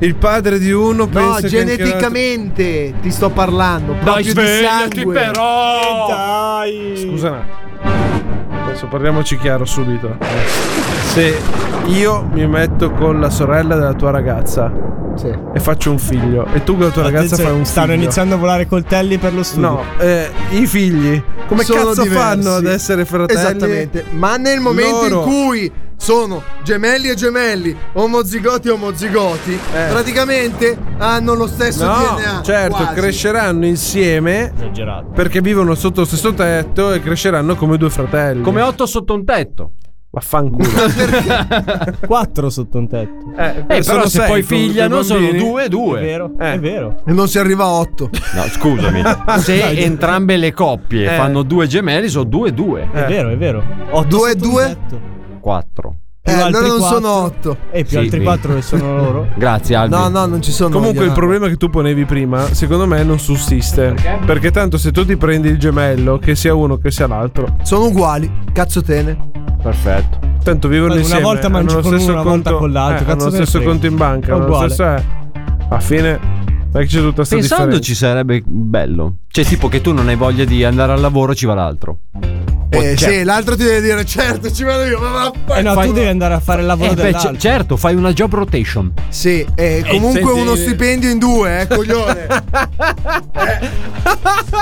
S2: il padre di uno
S5: No,
S2: pensa che anche l'altro-
S5: geneticamente ti sto parlando.
S2: Dai,
S5: proprio
S2: svegliati,
S5: di sangue.
S2: però!
S5: Dai!
S2: Scusa un attimo. Adesso parliamoci chiaro subito. Se io mi metto con la sorella della tua ragazza e faccio un figlio, e tu con la tua ragazza fai un figlio.
S8: Stanno iniziando a volare coltelli per lo studio.
S2: No, eh, i figli. Come
S5: Sono
S2: cazzo
S5: diversi.
S2: fanno ad essere fratelli?
S5: Esattamente. Ma nel momento
S2: Loro-
S5: in cui sono gemelli e gemelli, omozigoti e omozigoti, praticamente hanno lo stesso
S2: Eh. No,
S5: DNA.
S2: certo,
S5: quasi.
S2: cresceranno insieme perché vivono sotto lo stesso tetto e cresceranno come due fratelli.
S38: Come otto sotto un tetto.
S2: Vaffanculo.
S8: Quattro sotto un tetto.
S2: Eh,
S38: però
S2: sono
S38: se
S2: sei
S38: poi
S2: con tutti i
S38: figliano sono
S2: bambini.
S38: due e due.
S8: È vero, è vero.
S5: E non si arriva a 8.
S3: No, scusami. Se entrambe le coppie
S5: Eh.
S3: fanno due gemelli, sono due e due.
S2: Eh.
S8: È vero, è vero.
S5: Ho 2 e 2?
S3: Quattro.
S5: Eh,
S3: Più
S5: allora
S3: altri
S5: non sono
S3: quattro.
S5: 8.
S8: E
S3: più Sì, altri sì. quattro
S8: che sono loro.
S3: Grazie, Albi.
S5: No, no, non ci sono.
S2: Comunque il
S5: Leonardo.
S2: problema che tu ponevi prima, secondo me, non sussiste. Perché? tanto se tu ti prendi il gemello, che sia uno che sia l'altro,
S5: Sono uguali. Cazzo tene.
S2: perfetto. Tanto vivono
S5: Una
S2: insieme.
S5: volta
S2: hanno
S5: mangi
S2: lo
S5: con
S2: stesso
S5: uno, una volta
S2: conto,
S5: con l'altro,
S2: eh,
S5: cazzo
S2: hanno lo
S5: me ne
S2: stesso
S5: frega.
S2: conto in banca.
S5: È
S2: hanno lo
S5: uguale.
S2: stesso, eh. Alla fine, non è che c'è tutta sta differenza.
S3: Pensandoci sarebbe bello. Cioè, tipo che tu non hai voglia di andare al lavoro, ci va l'altro.
S5: Eh,
S3: Oh,
S2: certo.
S3: cioè-
S5: sì, l'altro ti deve dire, certo, ci vado io. Ma vaffanculo.
S3: Eh no, tu devi
S8: andare a fare il
S3: Eh, beh, c- certo, fai una job rotation.
S5: Sì,
S2: Eh,
S5: e comunque
S3: senti-
S5: uno stipendio in due, eh, coglione.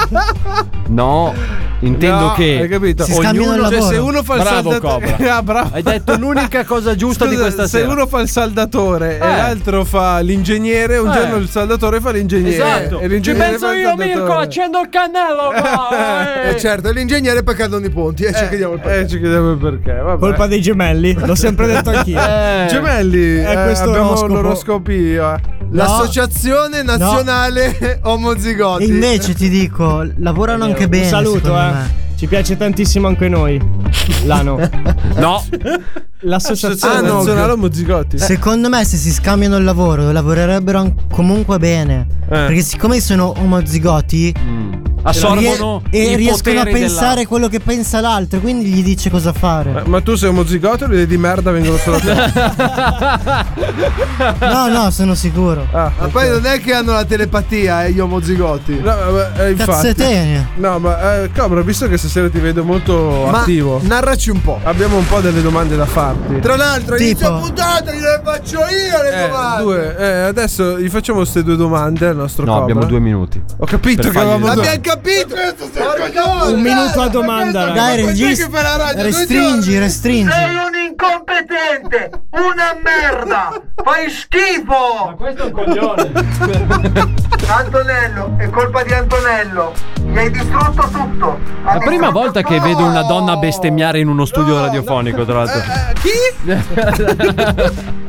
S3: No, intendo
S2: No,
S3: che
S2: hai capito? Si scambiano Ognuno- il cioè, lavoro. se uno fa il
S3: bravo,
S2: saldatore-
S3: Cobra.
S2: Ah, bravo.
S3: Hai detto l'unica cosa giusta di
S2: Scusa,
S3: questa
S2: se
S3: sera.
S2: uno fa il saldatore e
S3: Eh.
S2: l'altro fa l'ingegnere, un
S3: Eh.
S2: giorno il saldatore fa l'ingegnere.
S3: Esatto.
S2: E
S3: Ci
S2: l'ingegnere
S3: penso
S2: fa il
S3: io,
S2: saldatore.
S3: Mirko,
S38: accendo il cannello.
S5: E certo, l'ingegnere poi cadono i ponti. E ci chiediamo il perché.
S2: Eh, ci chiediamo il perché. Vabbè.
S8: Colpa dei gemelli, l'ho sempre detto anch'io.
S2: Eh. Gemelli,
S8: È
S2: eh,
S8: questo
S2: abbiamo
S8: oroscopo.
S2: l'oroscopio. eh.
S5: L'associazione nazionale omozigoti.
S11: Invece ti dico, lavorano anche bene.
S8: Un saluto,
S11: secondo
S8: eh.
S11: me.
S8: Ci piace tantissimo anche noi. L'ano.
S3: no.
S8: L'associazione
S11: Ah, no,
S2: Nazionale
S11: ok.
S2: Omozzigotti.
S3: Eh,
S11: Secondo me se si scambiano il
S2: Mm.
S11: lavoro lavorerebbero an- comunque bene. Perché siccome sono omozigoti,
S3: assorbono
S7: e
S3: i
S7: riescono a
S3: poteri
S7: pensare quello che pensa l'altro, quindi gli dice cosa fare.
S2: Eh, Ma tu sei uno zigoto e le idee di merda vengono solo da te.
S7: No, no, sono sicuro.
S5: Ma poi non è che hanno la telepatia, eh, gli omozigoti.
S2: No, ma, eh, infatti.
S7: Cazzatene.
S2: No, ma eh, Cobra, visto che stasera ti vedo molto
S5: Ma
S2: attivo,
S5: narraci un po'.
S2: Abbiamo un po' delle domande da farti.
S5: Tra l'altro, inizio puntata, gliele faccio io le
S2: Eh,
S5: domande.
S2: due. Eh, adesso gli facciamo queste due domande al nostro
S3: No,
S2: Cobra.
S3: abbiamo due minuti.
S2: Ho capito
S3: Per
S2: che
S3: fargli
S2: avevamo
S3: le
S2: due.
S5: Abbiamo capito.
S11: Un minuto a domanda,
S7: Dai, registri. Restringi, restringi.
S10: Sei un incompetente, una merda, fai schifo. Ma questo è un coglione. Antonello, è colpa di Antonello. Mi hai distrutto tutto.
S3: È la prima volta che vedo una donna bestemmiare in uno studio radiofonico, tra l'altro. chi?
S2: Eh,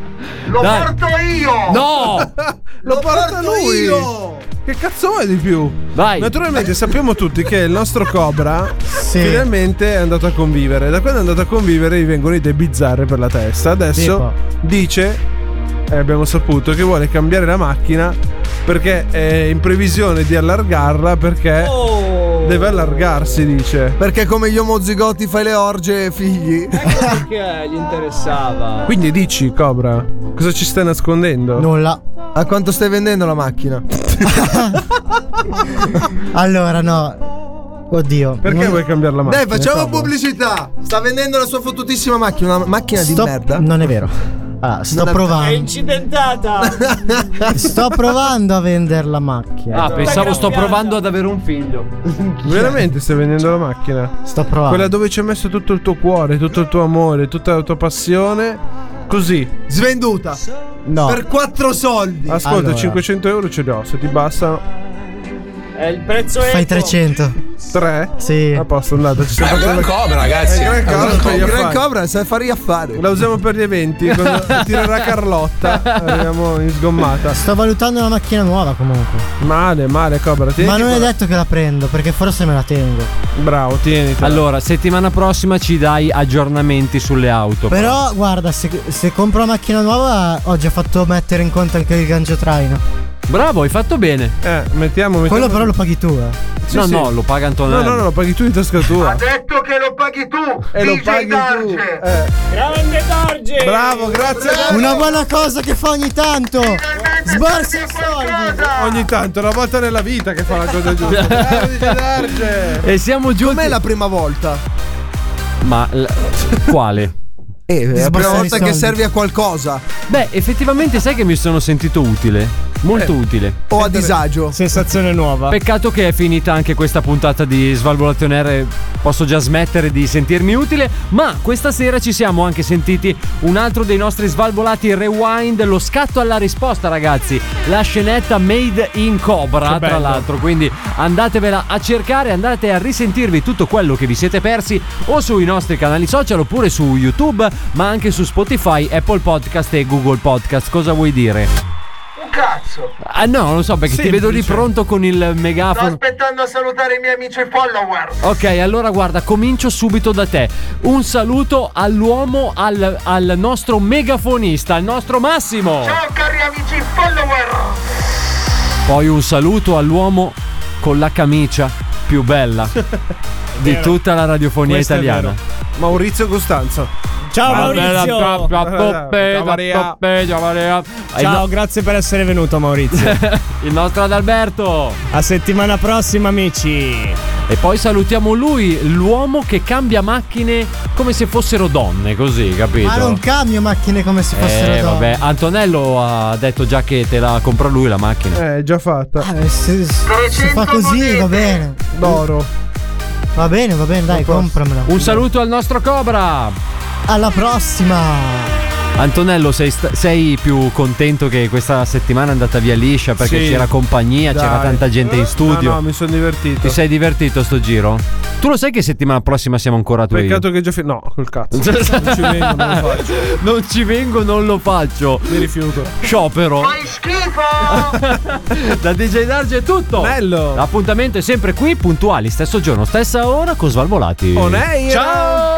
S10: Lo
S3: Dai.
S10: porto io.
S3: No!
S2: Lo porta lui. Che cazzo vuoi di più? Vai. Naturalmente sappiamo tutti che il nostro Cobra finalmente è andato a convivere. Da quando è andato a convivere gli vengono idee bizzarre per la testa. Adesso dice, e abbiamo saputo, che vuole cambiare la macchina perché è in previsione di allargarla perché deve allargarsi, dice.
S5: Perché come gli omozigoti fai le orge e figli.
S3: Ecco
S39: Perché gli interessava?
S2: Quindi dici, Cobra, cosa ci stai nascondendo?
S7: Nulla.
S5: A quanto stai vendendo la macchina?
S7: Allora, no. Oddio.
S2: Perché
S7: non-
S2: vuoi cambiare la macchina?
S5: Dai, facciamo
S7: Cobra.
S5: pubblicità. Sta vendendo la sua fottutissima macchina, una macchina
S7: Sto-
S5: di
S2: Mm.
S5: merda.
S7: Non è vero. Allora, sto
S5: Non è-
S7: provando.
S39: È incidentata!
S7: Sto provando a vendere la macchina.
S3: Ah, pensavo sto provando ad avere un figlio.
S2: Veramente stai vendendo la macchina?
S7: Sto
S5: Ah.
S7: provando.
S2: Quella dove ci hai messo tutto il tuo cuore, tutto il tuo amore, tutta la tua passione. Così.
S5: Svenduta.
S7: No.
S5: Per quattro soldi.
S2: Ascolta,
S5: Allora.
S2: 500 euro ce li ho. Se ti bastano,
S39: È il prezzo
S7: Fai
S39: equo.
S7: 300.
S2: 3?
S7: Sì.
S5: Ah,
S2: A posto, andate. Ci siamo
S39: Gran Cobra, ragazzi.
S2: È
S39: È un
S2: un Gran Cobra,
S39: Gran
S2: per gli
S39: Cobra.
S2: affari.
S39: Gran
S5: Cobra, sai fare gli affari.
S2: La usiamo per gli eventi. Quando tirerà Carlotta, arriviamo in sgommata.
S7: Sto valutando una macchina nuova comunque.
S2: Male, male, Cobra.
S7: Ma
S2: tieniti
S7: non è
S2: quella-
S7: detto che la prendo, perché forse me la tengo.
S2: Bravo, tieniti.
S3: Allora, settimana prossima ci dai aggiornamenti sulle auto.
S5: Ah.
S7: Però guarda, se, se compro una macchina nuova, ho già fatto mettere in conto anche il gancio traino.
S3: Bravo, hai fatto bene.
S2: Eh, mettiamo, mettiamo.
S7: Quello però lo paghi tu, eh.
S3: no, no, lo paga Antonello.
S2: No, no, no, lo paghi tu di tasca tua.
S10: Detto che lo paghi tu,
S2: E lo
S10: DJ
S2: paghi tu, eh.
S10: Darge.
S39: Grande Darge!
S2: Bravo, grazie.
S7: Una buona cosa che fa ogni tanto. Sborsa i soldi.
S2: Ogni tanto, una volta nella vita che fa la cosa giusta. Bravo, dice Darge.
S3: E siamo giunti.
S5: Com'è la prima volta?
S3: Ma l- quale?
S5: Eh, è la prima
S3: Sborsare i
S5: volta che
S3: soldi.
S5: servi a qualcosa.
S3: Beh, effettivamente sai che mi sono sentito utile. Molto
S5: Eh.
S3: utile.
S5: O a disagio.
S11: Sensazione nuova.
S3: Peccato che è finita anche questa puntata di Svalvolazione R. Posso già smettere di sentirmi utile, ma questa sera ci siamo anche sentiti un altro dei nostri svalvolati rewind, lo scatto alla risposta, ragazzi. La scenetta Made in Cobra,
S39: Che
S3: tra
S39: bello.
S3: l'altro. Quindi andatevela a cercare, andate a risentirvi tutto quello che vi siete persi o sui nostri canali social oppure su YouTube, ma anche su Spotify, Apple Podcast e Google Podcast. Cosa vuoi dire?
S10: Un cazzo.
S3: Ah no, non lo so perché ti vedo lì
S10: Semplice.
S3: pronto con il
S10: Sto
S3: megafono.
S10: aspettando a salutare i miei amici follower.
S3: Ok, allora guarda, comincio subito da te. Un saluto all'uomo, al, al nostro megafonista, al nostro Massimo.
S10: Ciao cari amici follower.
S3: Poi un saluto all'uomo con la camicia più bella di
S2: vero.
S3: tutta la radiofonia
S2: Questo è
S3: italiana.
S2: vero. Maurizio Costanzo.
S11: Ciao, Maurizio.
S2: Ciao, Maria.
S11: Ciao, grazie per essere venuto, Maurizio.
S3: Il nostro Adalberto.
S11: A settimana prossima, amici.
S3: E poi salutiamo lui, l'uomo che cambia macchine come se fossero donne, così, capito?
S7: Ma non cambio macchine come se fossero donne.
S3: Eh, vabbè, Antonello ha detto già che te la compra lui la macchina.
S2: Eh, è già fatta.
S7: Ah, se, se fa così va bene.
S2: D'oro.
S7: Va bene, va bene, dai, compramela.
S3: Un saluto al nostro Cobra.
S7: Alla prossima.
S3: Antonello, sei, sta- sei più contento che questa settimana è andata via liscia perché
S2: Sì.
S3: c'era compagnia,
S2: Dai.
S3: c'era tanta gente in studio.
S2: No, no, mi sono divertito.
S3: Ti sei divertito sto giro? Tu lo sai che settimana prossima siamo ancora tu e io?
S2: Peccato che già. Fi- no, col cazzo. non ci vengo, non lo faccio.
S3: Non ci vengo, non lo faccio.
S2: Mi rifiuto.
S3: Sciopero.
S10: Fai schifo.
S3: Da DJ Darge è tutto.
S2: Bello.
S3: L'appuntamento è sempre qui, puntuali, stesso giorno, stessa ora con Svalvolati.
S2: On air.
S3: Ciao.